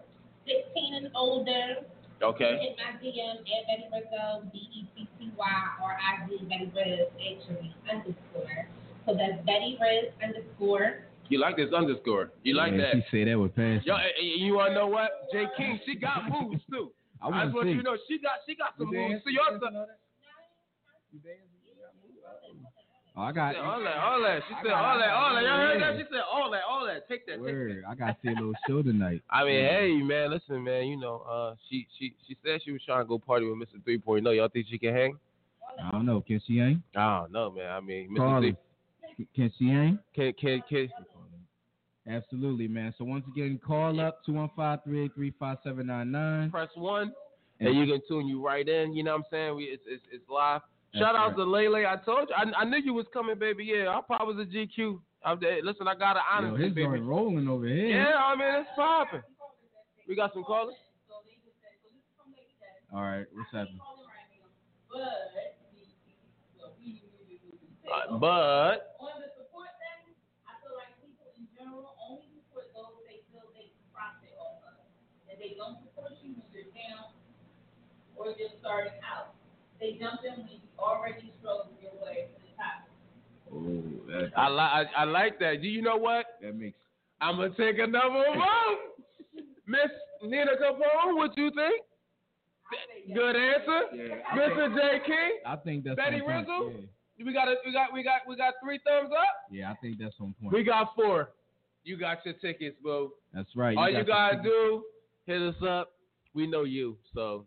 Speaker 5: sixteen and older.
Speaker 2: Okay.
Speaker 5: Hit my DM at Betty Rizzo, B E T T Y R I Z, Betty Riz, actually, underscore. So that's Betty Riz underscore.
Speaker 2: You like this underscore? You like
Speaker 4: yeah,
Speaker 2: that?
Speaker 4: She said that with passion.
Speaker 2: Yo, eh, eh, you wanna know what? Jay King, she got moves too.
Speaker 4: I
Speaker 2: I
Speaker 4: want
Speaker 2: just
Speaker 4: to
Speaker 2: want you
Speaker 4: see.
Speaker 2: to know she got she got some moves. See your son.
Speaker 4: Oh, I got.
Speaker 2: All that, all that. She said all that, all that. Y'all heard that? She said all that, all that. Take that, take that.
Speaker 4: Word. I got to see a little show tonight.
Speaker 2: I mean, hey man, listen man, you know, uh, she she she said she was trying to go party with Mr. 3.0. Y'all think she can hang?
Speaker 4: I don't know. Can she ain't?
Speaker 2: I don't know, man. I mean, Mr.
Speaker 4: Call her.
Speaker 2: 3
Speaker 4: Can she ain't?
Speaker 2: can can can.
Speaker 4: Absolutely, man. So once again, call up 215-383-5799.
Speaker 2: press one, and you can tune you right in. You know what I'm saying? We it's it's, it's live. Shout out
Speaker 4: That's
Speaker 2: to Lele. I told you, I, I knew you was coming, baby. Yeah, our pop was a GQ. I'm, eh, listen, I got an
Speaker 4: Yo,
Speaker 2: honest,
Speaker 4: his
Speaker 2: baby.
Speaker 4: joint rolling over here.
Speaker 2: Yeah, I mean it's popping. We got some callers.
Speaker 4: All right, what's happening?
Speaker 5: But, well, we really, really
Speaker 2: Uh, but
Speaker 5: On the support thing, I feel like people in general only support those they feel they can profit off of. If they don't support you when you're down or just starting out, they jump in when you already struggle your way to the top.
Speaker 4: Oh, that,
Speaker 2: I like I, I like that. Do you know what?
Speaker 4: that makes
Speaker 2: I'm gonna take another vote. Miss Nina Capone, what you think? Good answer,
Speaker 4: Yeah, I
Speaker 2: Mr. J King.
Speaker 4: I think that's
Speaker 2: Betty
Speaker 4: on point.
Speaker 2: Rizzo? We got a, we got we got we got three thumbs up.
Speaker 4: Yeah. yeah, I think that's on point.
Speaker 2: We got four. You got your tickets, bro.
Speaker 4: that's right.
Speaker 2: All you
Speaker 4: got
Speaker 2: gotta
Speaker 4: the-
Speaker 2: do, hit us up. We know you, so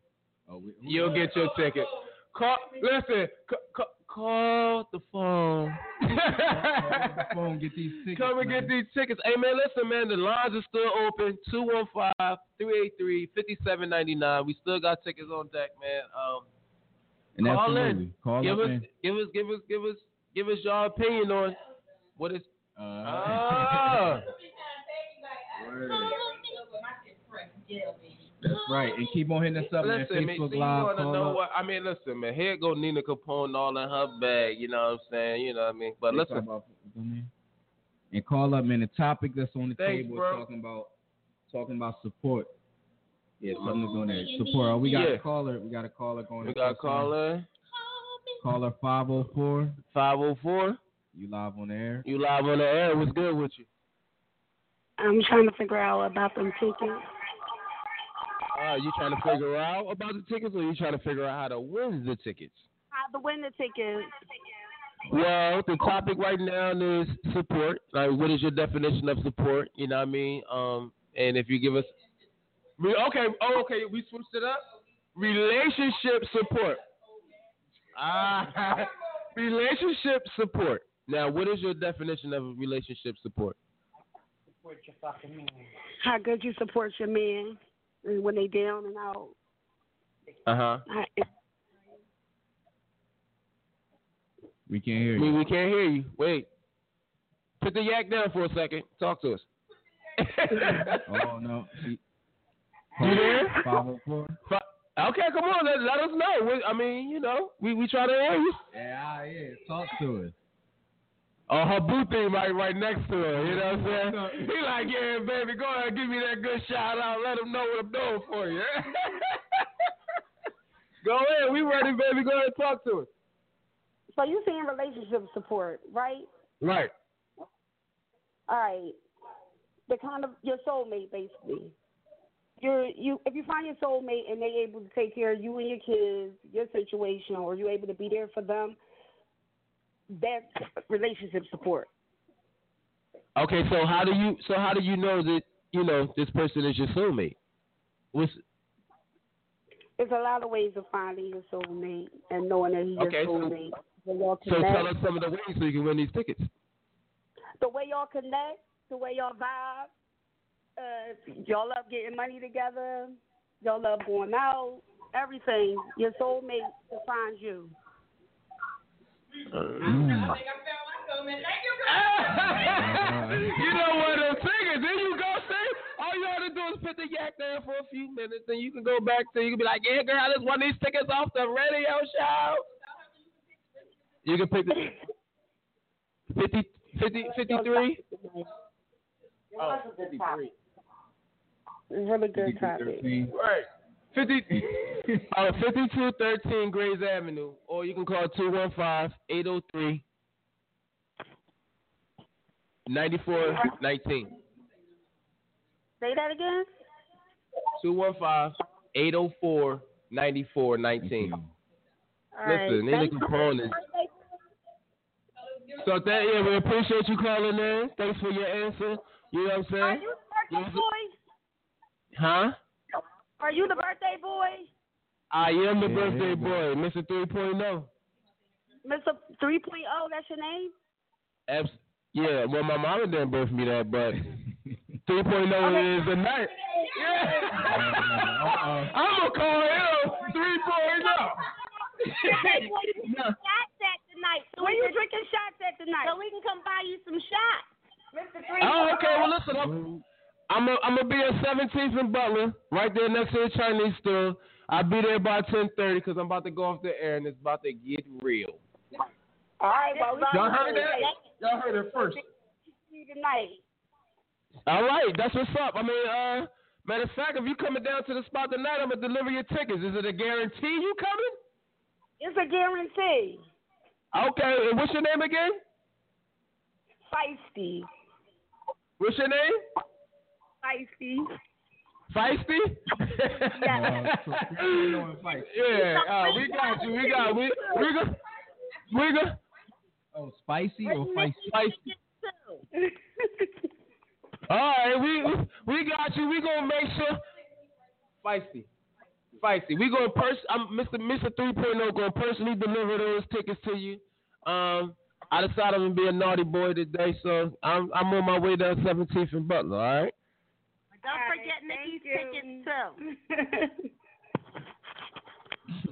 Speaker 4: Oh, we- who-
Speaker 2: you'll get your ticket. Call, listen, ca- ca- call the phone.
Speaker 4: Call the phone, get these tickets.
Speaker 2: Come and get
Speaker 4: man.
Speaker 2: these tickets. Hey, man, listen, man, the lines are still open 215 383 5799. We still got tickets on deck, man. Um,
Speaker 4: And
Speaker 2: call
Speaker 4: absolutely.
Speaker 2: in.
Speaker 4: Call
Speaker 2: give
Speaker 4: up
Speaker 2: us,
Speaker 4: in.
Speaker 2: give us, give us, give us, give us your opinion on what is.
Speaker 4: Uh,
Speaker 2: Ah.
Speaker 4: Word.
Speaker 11: Yeah,
Speaker 4: That's right. And keep on hitting us up man.
Speaker 2: Listen, man,
Speaker 4: Facebook
Speaker 2: see, you
Speaker 4: Live.
Speaker 2: wanna
Speaker 4: call
Speaker 2: know
Speaker 4: up.
Speaker 2: what I mean? Listen, man, here go Nina Capone all in her bag. You know what I'm saying? You know what I mean? But
Speaker 4: They
Speaker 2: listen,
Speaker 4: talk about- and call up, man. The topic that's on the
Speaker 2: Thanks,
Speaker 4: table
Speaker 2: bro.
Speaker 4: is talking about talking about support.
Speaker 2: Yeah,
Speaker 4: something
Speaker 2: bro.
Speaker 4: on there. Support. Oh, we got
Speaker 2: Yeah.
Speaker 4: a caller. We got a caller going.
Speaker 2: we got a caller.
Speaker 4: Caller 504.
Speaker 2: 504.
Speaker 4: You live on the air.
Speaker 2: You live on the air. What's good with you?
Speaker 12: I'm trying to figure out about them tickets.
Speaker 2: Uh, you trying to figure out about the tickets, or you trying to figure out how to win the tickets?
Speaker 12: How to win the tickets.
Speaker 2: Well, the topic right now is support. Like, what is your definition of support? You know what I mean? Um, and if you give us, we, okay, oh, okay, we switched it up. Relationship support. Ah, relationship support. Now, what is your definition of relationship support?
Speaker 12: Support your fucking man. How good you support your man and when they down and out.
Speaker 2: Uh huh.
Speaker 12: I-
Speaker 4: We can't hear you.
Speaker 2: We, we can't hear you. Wait. Put the yak down for a second. Talk to us.
Speaker 4: oh no. She-
Speaker 2: You there?
Speaker 4: 504.
Speaker 2: Fi- Okay, come on. Let, let us know. We, I mean, you know, we, we try to hear you.
Speaker 4: Yeah, yeah. Talk to us.
Speaker 2: Oh, her boo thing right, right next to her. You know what I'm saying? He like, yeah, baby, go ahead, give me that good shout out. Let him know what I'm doing for you. go ahead, we ready, baby. Go ahead, talk to us.
Speaker 12: So you saying relationship support, right?
Speaker 2: Right.
Speaker 12: All right. The kind of your soulmate basically. You're you if you find your soulmate and they able to take care of you and your kids, your situation, or you able to be there for them, that's relationship support.
Speaker 2: Okay, so how do you so how do you know that you know this person is your soulmate? What's
Speaker 12: There's a lot of ways of finding your soulmate and knowing that he's
Speaker 2: Okay, so-
Speaker 12: your soulmate. The way y'all
Speaker 2: so
Speaker 12: connect,
Speaker 2: tell us some of the ways so you can win these tickets.
Speaker 12: the way y'all connect, the way y'all vibe. Uh, y'all love getting money together. Y'all love going out. Everything. Your soulmate defines you.
Speaker 4: Mm.
Speaker 2: you know what I'm saying? Then you go sing. All you have to do is put the yak down for a few minutes, and you can go back to you can be like, yeah, girl, I just won these tickets off the radio show. You can pick the 50, 50, 53. Oh, 53.
Speaker 12: Really good topic.
Speaker 2: Right. 50, uh, 5213 Grays Avenue, or you can call 215 803 9419.
Speaker 12: Say that again.
Speaker 2: 215-804-9419.
Speaker 4: Mm-hmm.
Speaker 12: All right.
Speaker 2: Listen, Nina
Speaker 12: Thank you.
Speaker 2: Capone is. So that yeah, we appreciate you calling in. Thanks for your answer. You know what I'm saying?
Speaker 12: Are you the birthday boy?
Speaker 2: huh?
Speaker 12: Are you the birthday boy?
Speaker 2: I am the birthday boy, Mr. 3.0.
Speaker 12: Mr. 3.0, oh, that's your name?
Speaker 2: Abs- yeah, well my mama didn't birth me that, but 3.0 is the night. I'm gonna call him 3.0.
Speaker 12: shots at tonight. So Where you drinking shots at tonight? So we can come buy you some shots. Mr. Three.
Speaker 2: Oh, okay. Well, listen, I'm I'm a, I'm gonna be at 17th and Butler, right there next to the Chinese store. I'll be there by 10:30 because I'm about to go off the air and it's about to get real.
Speaker 12: All right, well, we
Speaker 2: Y'all heard that? Y'all heard it first.
Speaker 12: See you tonight.
Speaker 2: All right, that's what's up. I mean, uh, matter of fact, if you coming down to the spot tonight, I'm gonna deliver your tickets. Is it a guarantee you coming?
Speaker 12: It's a guarantee.
Speaker 2: Okay. And what's your name again?
Speaker 12: Feisty.
Speaker 2: What's your name?
Speaker 12: Feisty.
Speaker 2: Feisty?
Speaker 12: Yeah.
Speaker 2: yeah, uh, we got you. We got we we got we got.
Speaker 4: Oh, spicy or feisty?
Speaker 2: Feisty. All right, we we got you. We gonna make sure. Feisty, feisty. We gonna pers- I'm Mr. Mr. 3.0 gonna personally deliver those tickets to you. Um, I decided I'm gonna be a naughty boy today, so I'm I'm on my way down 17th and Butler. All right.
Speaker 12: Don't forget Nikki's tickets,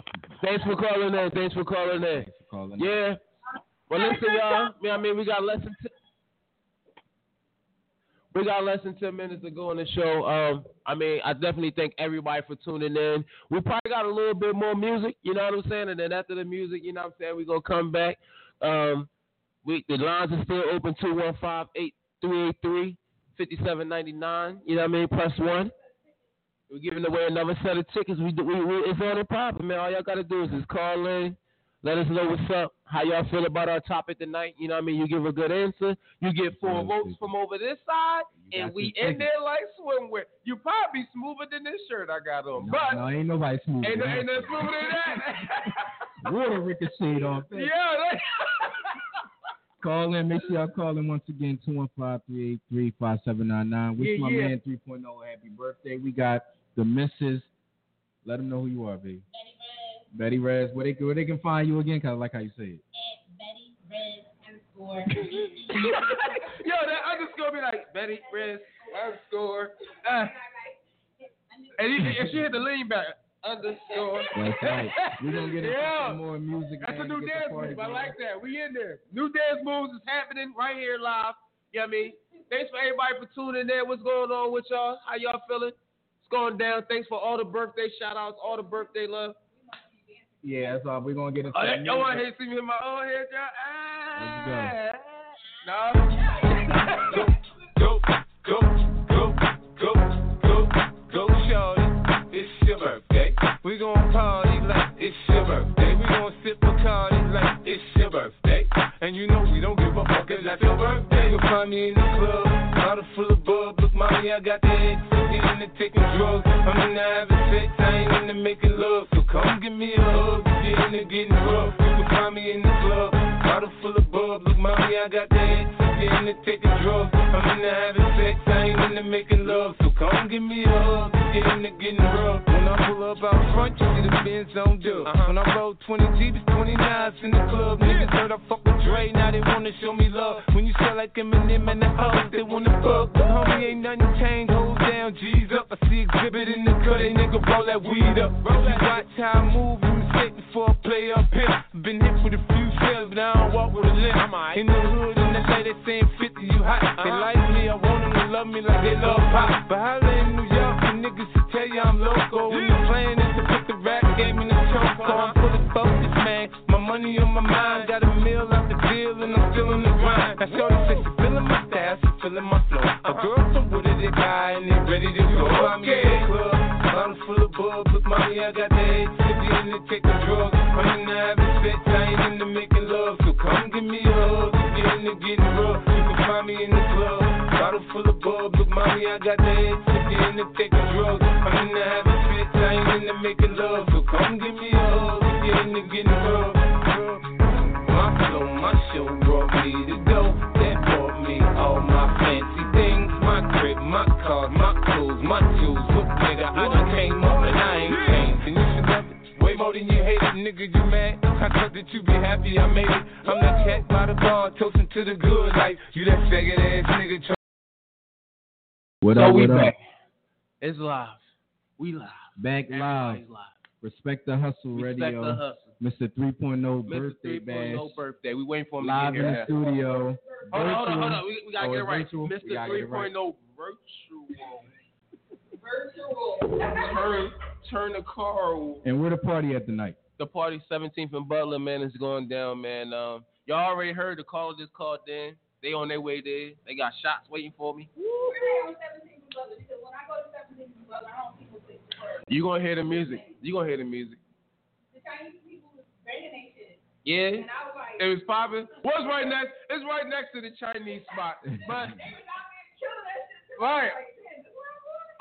Speaker 12: too.
Speaker 2: Thanks for calling in. Thanks for calling in. yeah. Well, listen, y'all. Yeah, I mean, we got less than t- we got less than ten minutes to go on the show. Um, I mean, I definitely thank everybody for tuning in. We probably got a little bit more music. You know what I'm saying? And then after the music, you know what I'm saying, we gonna come back. Um, we the lines are still open 215-883-5799. You know what I mean? Press one. We're giving away another set of tickets. We, we, we it's on the problem, man. All y'all gotta do is just call in, let us know what's up, how y'all feel about our topic tonight. You know what I mean? You give a good answer, you get four votes from over this side, and we in there.
Speaker 13: like swimwear. You probably smoother than this shirt I got on, but
Speaker 4: no, ain't nobody smooth.
Speaker 13: ain't,
Speaker 4: than
Speaker 13: ain't
Speaker 4: that.
Speaker 13: nothing smoother than that.
Speaker 4: Water ricocheted off that.
Speaker 13: yeah, that,
Speaker 4: Call in. Make sure y'all call in once again. 215-383-5799. Wish
Speaker 13: Yeah,
Speaker 4: my
Speaker 13: yeah.
Speaker 4: man 3.0 a happy birthday. We got the missus. Let them know who you are, baby. Betty Rez. Where they, where they can find you again? Cause I like how you say it.
Speaker 14: Betty Red underscore.
Speaker 13: yo, that underscore be like Betty Rest underscore. Uh, and he- if she hit the lean back underscore.
Speaker 4: That's right. We're gonna get into
Speaker 13: Yeah.
Speaker 4: some more music.
Speaker 13: That's a
Speaker 4: man,
Speaker 13: new
Speaker 4: get the
Speaker 13: dance
Speaker 4: party
Speaker 13: move. I
Speaker 4: going.
Speaker 13: like that. We in there. New dance moves is happening right here live. You know what I mean? Thanks for everybody for tuning in. What's going on with y'all? How y'all feeling? It's going down. Thanks for all the birthday shout outs, all the birthday love.
Speaker 4: Yeah, that's all. We're gonna get into.
Speaker 13: Oh, that,
Speaker 4: music.
Speaker 13: y'all want to see me in my own head, y'all? Ah, no. Ah.
Speaker 3: Go, go, go, go, go, go, shawty. It's your birthday. We gon' party like it's your birthday. We gon' sip a card like it's your birthday. And you know we don't give a fuck 'cause that's your birthday. You'll find me in the club, bottle full of bub. Look, mommy, I got the egg. Get into taking drugs. I'm in the having sex. I ain't into making love. So come give me a hug. Get into getting rough. You can find me in the club, bottle full of bub. Look, mommy, I got the egg. Get into taking drugs. I'm in the having sex. I ain't into making love. So come give me a hug. Get into getting rough. When I pull up out front, you see the Benz on do.
Speaker 2: Uh-huh.
Speaker 3: When I roll 20 Jeeps, 29s in the club. Niggas heard I fuck with Dre, now they wanna show me love. When you sell like Eminem and the hoes, they wanna fuck. But homie, ain't nothing changed. Hoes down, G's up. I see exhibit in the cut, they nigga roll that weed up. If you watch how I move, you mistake before I play up here. Been hit with a few shells, but I don't walk with a limp. In the hood, in the LA, they saying 50, you hot. They like me, I want them to love me like they love pop. But holla in New York, the niggas to tell you I'm loco. When the plan is to put the rap game in the choke. I'm fully focused, man. My money on my mind, got a meal out the deal, and I'm feeling the grind. Now, shorty says she feeling my style, she feeling my flow. A girl from Wooded, they guy, and they ready to go. I'm in the club, bottles full of bub, look, mommy, I got the head, tippy, and they take the drugs. I'm in the habit, sex, I ain't into making love, so come give me a hug. If you're into getting rough, you can find me in the club. Bottle full of bub, look, mommy, I got the head, tippy, and they take the drugs. I'm in the habit, sex, I ain't into making love, so come give me a hug. If you're into getting rough, my flow, my show brought me to go. That brought me all my fancy things. My crib, my car, my clothes, my shoes. Look, nigga, I done came up and I ain't changed. And you should love it way more than you hate it. Nigga, you mad? I thought that you be happy I made it. I'm that cat by the bar, toasting to the good life. You that faggot ass nigga. Try-
Speaker 4: What
Speaker 2: So
Speaker 4: up?
Speaker 2: we
Speaker 4: what
Speaker 2: back.
Speaker 4: up?
Speaker 2: It's live. We live.
Speaker 4: Back live.
Speaker 2: Everybody's live.
Speaker 4: Respect the hustle
Speaker 2: Respect
Speaker 4: radio.
Speaker 2: the hustle.
Speaker 4: Mr. 3.0
Speaker 2: Mr.
Speaker 4: birthday
Speaker 2: 3.0
Speaker 4: bash.
Speaker 2: birthday. We waiting for him
Speaker 4: Live
Speaker 2: to get
Speaker 4: in
Speaker 2: here.
Speaker 4: the studio.
Speaker 2: Hold on, hold on, hold on.
Speaker 4: Virtual.
Speaker 2: We, we gotta
Speaker 4: Oh,
Speaker 2: get it
Speaker 4: it's
Speaker 2: right.
Speaker 4: virtual?
Speaker 2: Mr.
Speaker 4: We gotta get it
Speaker 2: 3.0
Speaker 4: right.
Speaker 13: virtual.
Speaker 2: turn, turn the car over.
Speaker 4: And where the party at tonight?
Speaker 2: The party 17th in Butler, man, is going down, man. Um, y'all already heard the call just called in. They on their way there. They got shots waiting for me. You gonna hear the music. You gonna hear the music. Yeah.
Speaker 13: And It was popping. What's right next? It's right next to the Chinese spot. But right.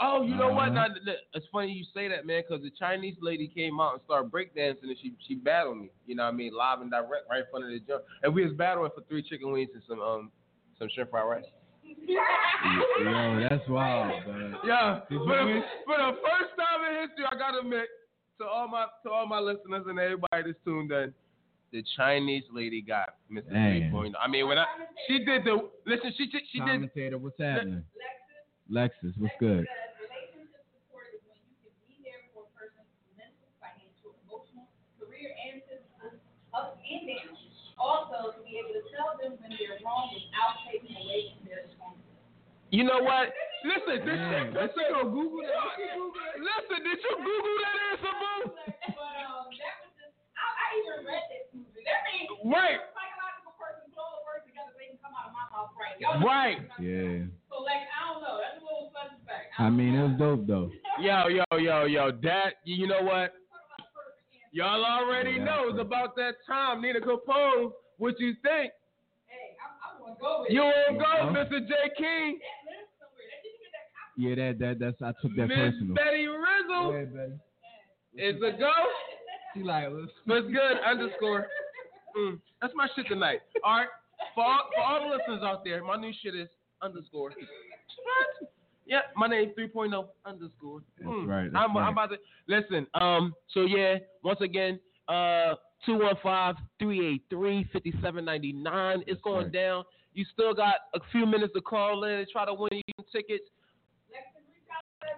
Speaker 2: Oh, you know what? Now,
Speaker 13: Uh-huh.
Speaker 2: th- th- it's funny you say that, man, because the Chinese lady came out and started breakdancing and she she battled me. You know what I mean? Live and direct right in front of the jump. And we was battling for three chicken wings and some um some shrimp fried rice.
Speaker 4: Yo, that's wild, man.
Speaker 13: Yeah.
Speaker 4: Did you
Speaker 13: For the,
Speaker 4: win?
Speaker 13: for the first time in history, I gotta admit to all my to all my listeners and everybody that's tuned in.
Speaker 2: The Chinese lady got Mr.
Speaker 4: Dang.
Speaker 2: 3.0. I mean, when I
Speaker 13: She did the listen. She did- she did.
Speaker 4: Commentator, what's happening? Lexus, what's good?
Speaker 5: Relationship support is when you can be there for a person's mental, financial, emotional, career,
Speaker 2: You know what? Listen, this shit.
Speaker 4: Man,
Speaker 2: Listen,
Speaker 4: go Google
Speaker 2: that. Listen, did you Google that answer, boo?
Speaker 6: But um, that was just I, I even read this movie. That means
Speaker 2: Right.
Speaker 6: psychological person put all the words together, they can come out of my mouth right. Y'all know
Speaker 2: Right.
Speaker 4: Yeah.
Speaker 6: So like I don't know. That's a little suspect.
Speaker 4: I mean, that's dope though.
Speaker 2: Yo, yo, yo, yo. That you know what? Y'all already
Speaker 4: Yeah,
Speaker 2: know it's about that time. Nina Capone. What you think?
Speaker 6: Hey, I'm, I'm gonna go with
Speaker 2: You
Speaker 6: it.
Speaker 2: won't go, Mr.
Speaker 4: Yeah.
Speaker 2: J. King.
Speaker 6: That lives somewhere. That didn't even that cop.
Speaker 4: Yeah, that that that's I took that
Speaker 2: Miss
Speaker 4: personal.
Speaker 2: Betty Rizzo. It's a go.
Speaker 4: She like,
Speaker 2: What's good? Underscore. Mm, that's my shit tonight. All right. For all, for all the listeners out there, my new shit is underscore. What? Yeah, my name 3.0 oh, underscore. Mm,
Speaker 4: right, that's
Speaker 2: I'm, I'm about to listen. Um. So yeah, once again, uh, 215-383-5799. It's going down. You still got a few minutes to call in and try to win your tickets.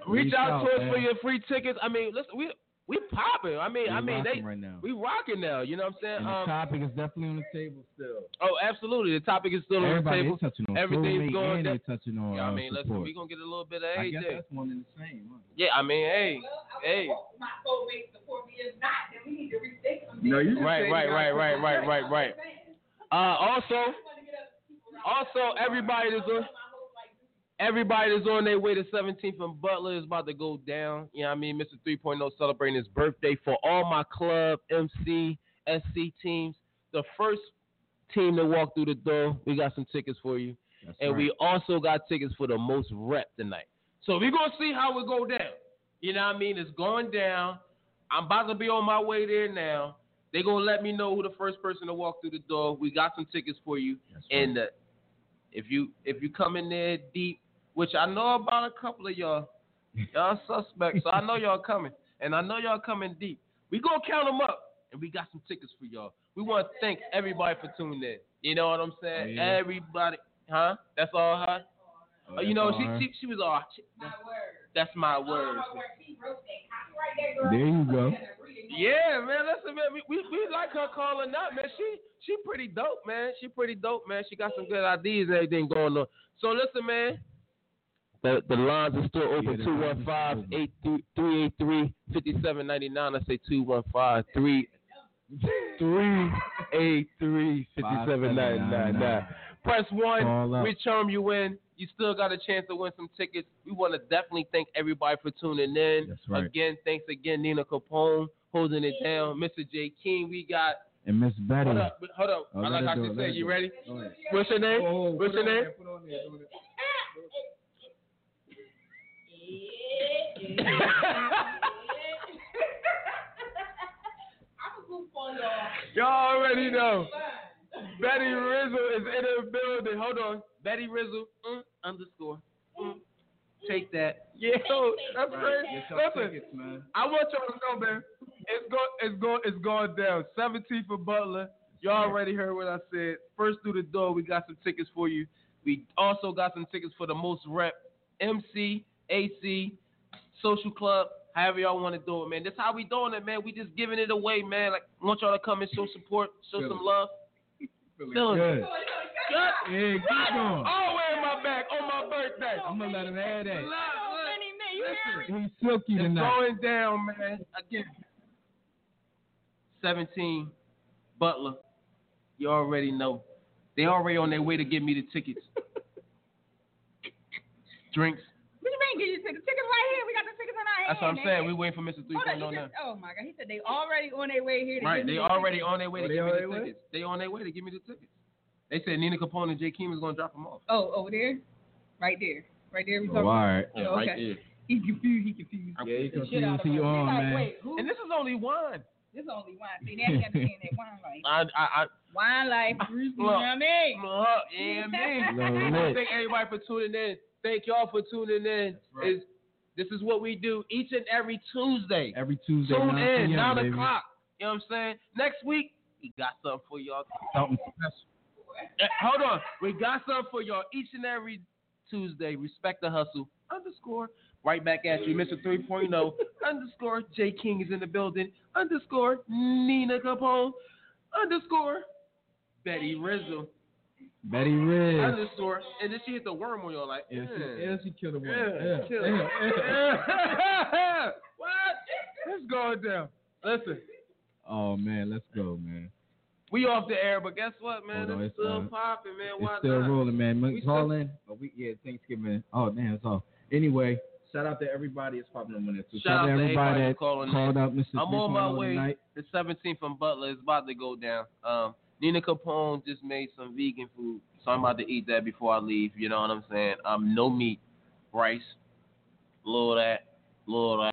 Speaker 2: Reach out to us for
Speaker 4: man.
Speaker 2: your free tickets. I mean, listen, we we popping. I mean, I
Speaker 4: We
Speaker 2: mean, they
Speaker 4: rocking right now.
Speaker 2: we rocking now. You know what I'm saying?
Speaker 4: And the
Speaker 2: Um,
Speaker 4: topic is definitely on the table still.
Speaker 2: Oh, absolutely. The topic is still
Speaker 4: Everybody
Speaker 2: on
Speaker 4: is
Speaker 2: the
Speaker 4: touching
Speaker 2: table.
Speaker 4: on
Speaker 2: Everything's
Speaker 4: soulmate
Speaker 2: going
Speaker 4: and
Speaker 2: down.
Speaker 4: they're touching on.
Speaker 2: Yeah, I
Speaker 4: uh,
Speaker 2: mean, listen,
Speaker 4: support.
Speaker 2: we're gonna get a little bit of
Speaker 4: I
Speaker 2: everything.
Speaker 4: guess that's one and the same. Huh?
Speaker 2: Yeah, I mean, hey, hey.
Speaker 6: My soulmate support me. If not, then we need to rethink some
Speaker 2: No,
Speaker 6: things.
Speaker 2: you just Right, said right, you gotta right, put right, the right, right, right. Uh, also, also everybody that's on, everybody that's on their way to 17th and Butler is about to go down. You know what I mean? Mr. 3.0 celebrating his birthday for all my club MC SC teams. The first team to walk through the door, we got some tickets for you, and we also got tickets for the most rep tonight. So we're gonna see how it go down. You know what I mean? It's going down. I'm about to be on my way there now. They're gonna let me know who the first person to walk through the door. We got some tickets for you. and uh,
Speaker 4: Mm-hmm.
Speaker 2: if you if you come in there deep, which I know about a couple of y'all, y'all suspects, so I know y'all coming, and I know y'all coming deep. We gonna count them up, and we got some tickets for y'all. We want to thank everybody for tuning in. You know what I'm saying?
Speaker 4: Oh, yeah.
Speaker 2: Everybody, huh? That's all her. Oh, you
Speaker 4: that's
Speaker 2: know
Speaker 4: all
Speaker 2: she,
Speaker 4: her?
Speaker 2: she she was all. She, that's, that's Oh, my word.
Speaker 4: There you go.
Speaker 2: Yeah, man. Listen, man. We, we we like her calling up, man. She she pretty dope, man. She pretty dope, man. She got some good ideas and everything going on. So listen, man. The the lines are still open. Two one five eight three three eight three fifty seven ninety nine. I say two one five three three eight three fifty seven ninety nine. Press
Speaker 4: Call
Speaker 2: one.
Speaker 4: up.
Speaker 2: We charm you in. You still got a chance to win some tickets. We want to definitely thank everybody for tuning in.
Speaker 4: right.
Speaker 2: Again, thanks again, Nina Capone, holding it down. Mr. J. King, we got.
Speaker 4: And Miss Betty.
Speaker 2: Hold up, hold up.
Speaker 4: Oh,
Speaker 2: I like
Speaker 4: let it
Speaker 2: how
Speaker 4: do
Speaker 2: she
Speaker 4: it, let
Speaker 2: said.
Speaker 4: it do
Speaker 2: You
Speaker 4: it.
Speaker 2: ready? What's your name?
Speaker 4: Oh,
Speaker 2: What's your name? Y'all already know. Betty Rizzo is in the building. Hold on. Betty Rizzo mm, underscore. Mm. Take that. Yo, that's crazy. Listen, I want y'all to know, man. It's going, it's going, it's going down. 17th for Butler. Y'all already heard what I said. First through the door, we got some tickets for you. We also got some tickets for the most rep MC, AC, social club, however y'all want to do it, man. That's how we doing it, man. We just giving it away, man. Like want y'all to come and show support, show
Speaker 4: Feel
Speaker 2: some
Speaker 4: it.
Speaker 2: love. Feel it.
Speaker 4: Good.
Speaker 2: Good.
Speaker 4: Yeah, keep going.
Speaker 2: Always in my back on my birthday.
Speaker 4: I'm gonna let him have that.
Speaker 2: Listen,
Speaker 4: He's silky
Speaker 2: it's
Speaker 4: tonight.
Speaker 2: going down, man. Again, 17, Butler. You already know. They already on their way to get me the tickets. Drinks.
Speaker 6: What you mean? Get your tickets? Tickets right here. We got the tickets in our hand.
Speaker 2: That's what I'm
Speaker 6: man.
Speaker 2: saying. We waiting for Mr.
Speaker 6: Hold on,
Speaker 2: 3.0
Speaker 6: he
Speaker 2: now.
Speaker 6: just, oh my God! He said they already on their way here. To
Speaker 2: Right,
Speaker 6: give me
Speaker 2: they
Speaker 6: the
Speaker 2: already
Speaker 6: tickets.
Speaker 2: on their way to
Speaker 4: Oh, they
Speaker 2: give me
Speaker 4: on
Speaker 2: the
Speaker 4: their way?
Speaker 2: tickets. They on their way to give me the tickets. They said Nina Capone and Jay Keem is gonna drop them off.
Speaker 6: Oh, over there, right there, right there. We
Speaker 4: Oh,
Speaker 6: talking.
Speaker 4: all right.
Speaker 6: Oh, okay. He confused. He confused.
Speaker 2: Yeah,
Speaker 6: Shit
Speaker 4: you confused.
Speaker 6: out of
Speaker 4: He
Speaker 6: us.
Speaker 4: on,
Speaker 6: He's like,
Speaker 4: man.
Speaker 6: wait, who?
Speaker 2: And this is only one.
Speaker 6: This is only wine. See, now you understand that wine life.
Speaker 2: I, I, I
Speaker 6: Wine life, Bruce. You know what
Speaker 2: Look,
Speaker 6: I mean?
Speaker 2: look, yeah, man.
Speaker 4: Love
Speaker 2: I
Speaker 4: it.
Speaker 2: Thank everybody for tuning in. Thank y'all for tuning in. Is this is what we do each and every Tuesday.
Speaker 4: Every Tuesday,
Speaker 2: Tune
Speaker 4: 9
Speaker 2: in,
Speaker 4: p.m.,
Speaker 2: nine
Speaker 4: baby.
Speaker 2: o'clock. You know what I'm saying? Next week, we got something for y'all.
Speaker 4: Something special.
Speaker 2: Eh, Hold on. We got something for y'all each and every Tuesday. Respect the hustle. Underscore. Right back at you. Mr. 3.0. oh. underscore. J King is in the building. Underscore. Nina Capone. Underscore. Betty Rizzo.
Speaker 4: Betty
Speaker 2: Out
Speaker 4: Red.
Speaker 2: of the store, and then she hit the worm on your like.
Speaker 4: Yeah, she-
Speaker 2: eh.
Speaker 4: yeah, she killed a worm.
Speaker 2: Yeah,
Speaker 4: Yeah,
Speaker 2: kill it.
Speaker 4: yeah,
Speaker 2: Yeah. What? It's going down. Listen,
Speaker 4: Oh man, let's go, man.
Speaker 2: we off the air, but guess what, man?
Speaker 4: Hold on,
Speaker 2: it's,
Speaker 4: it's,
Speaker 2: still
Speaker 4: uh,
Speaker 2: popping, man.
Speaker 4: It's
Speaker 2: Why
Speaker 4: still
Speaker 2: not?
Speaker 4: rolling, man.
Speaker 2: We
Speaker 4: We call in. But we yeah, Thanksgiving. Oh damn, it's off. Anyway, shout out to everybody that's popping on there. too.
Speaker 2: Shout out to everybody
Speaker 4: that
Speaker 2: who's calling in.
Speaker 4: called out, Mr.
Speaker 2: I'm on my
Speaker 4: Smith
Speaker 2: way.
Speaker 4: Tonight.
Speaker 2: The 17th from Butler is about to go down. Um, Nina Capone just made some vegan food, so I'm about to eat that before I leave. You know what I'm saying? Um, no meat, rice, little of that, little of that.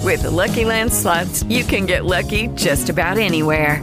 Speaker 10: With the Lucky Land slots, you can get lucky just about anywhere.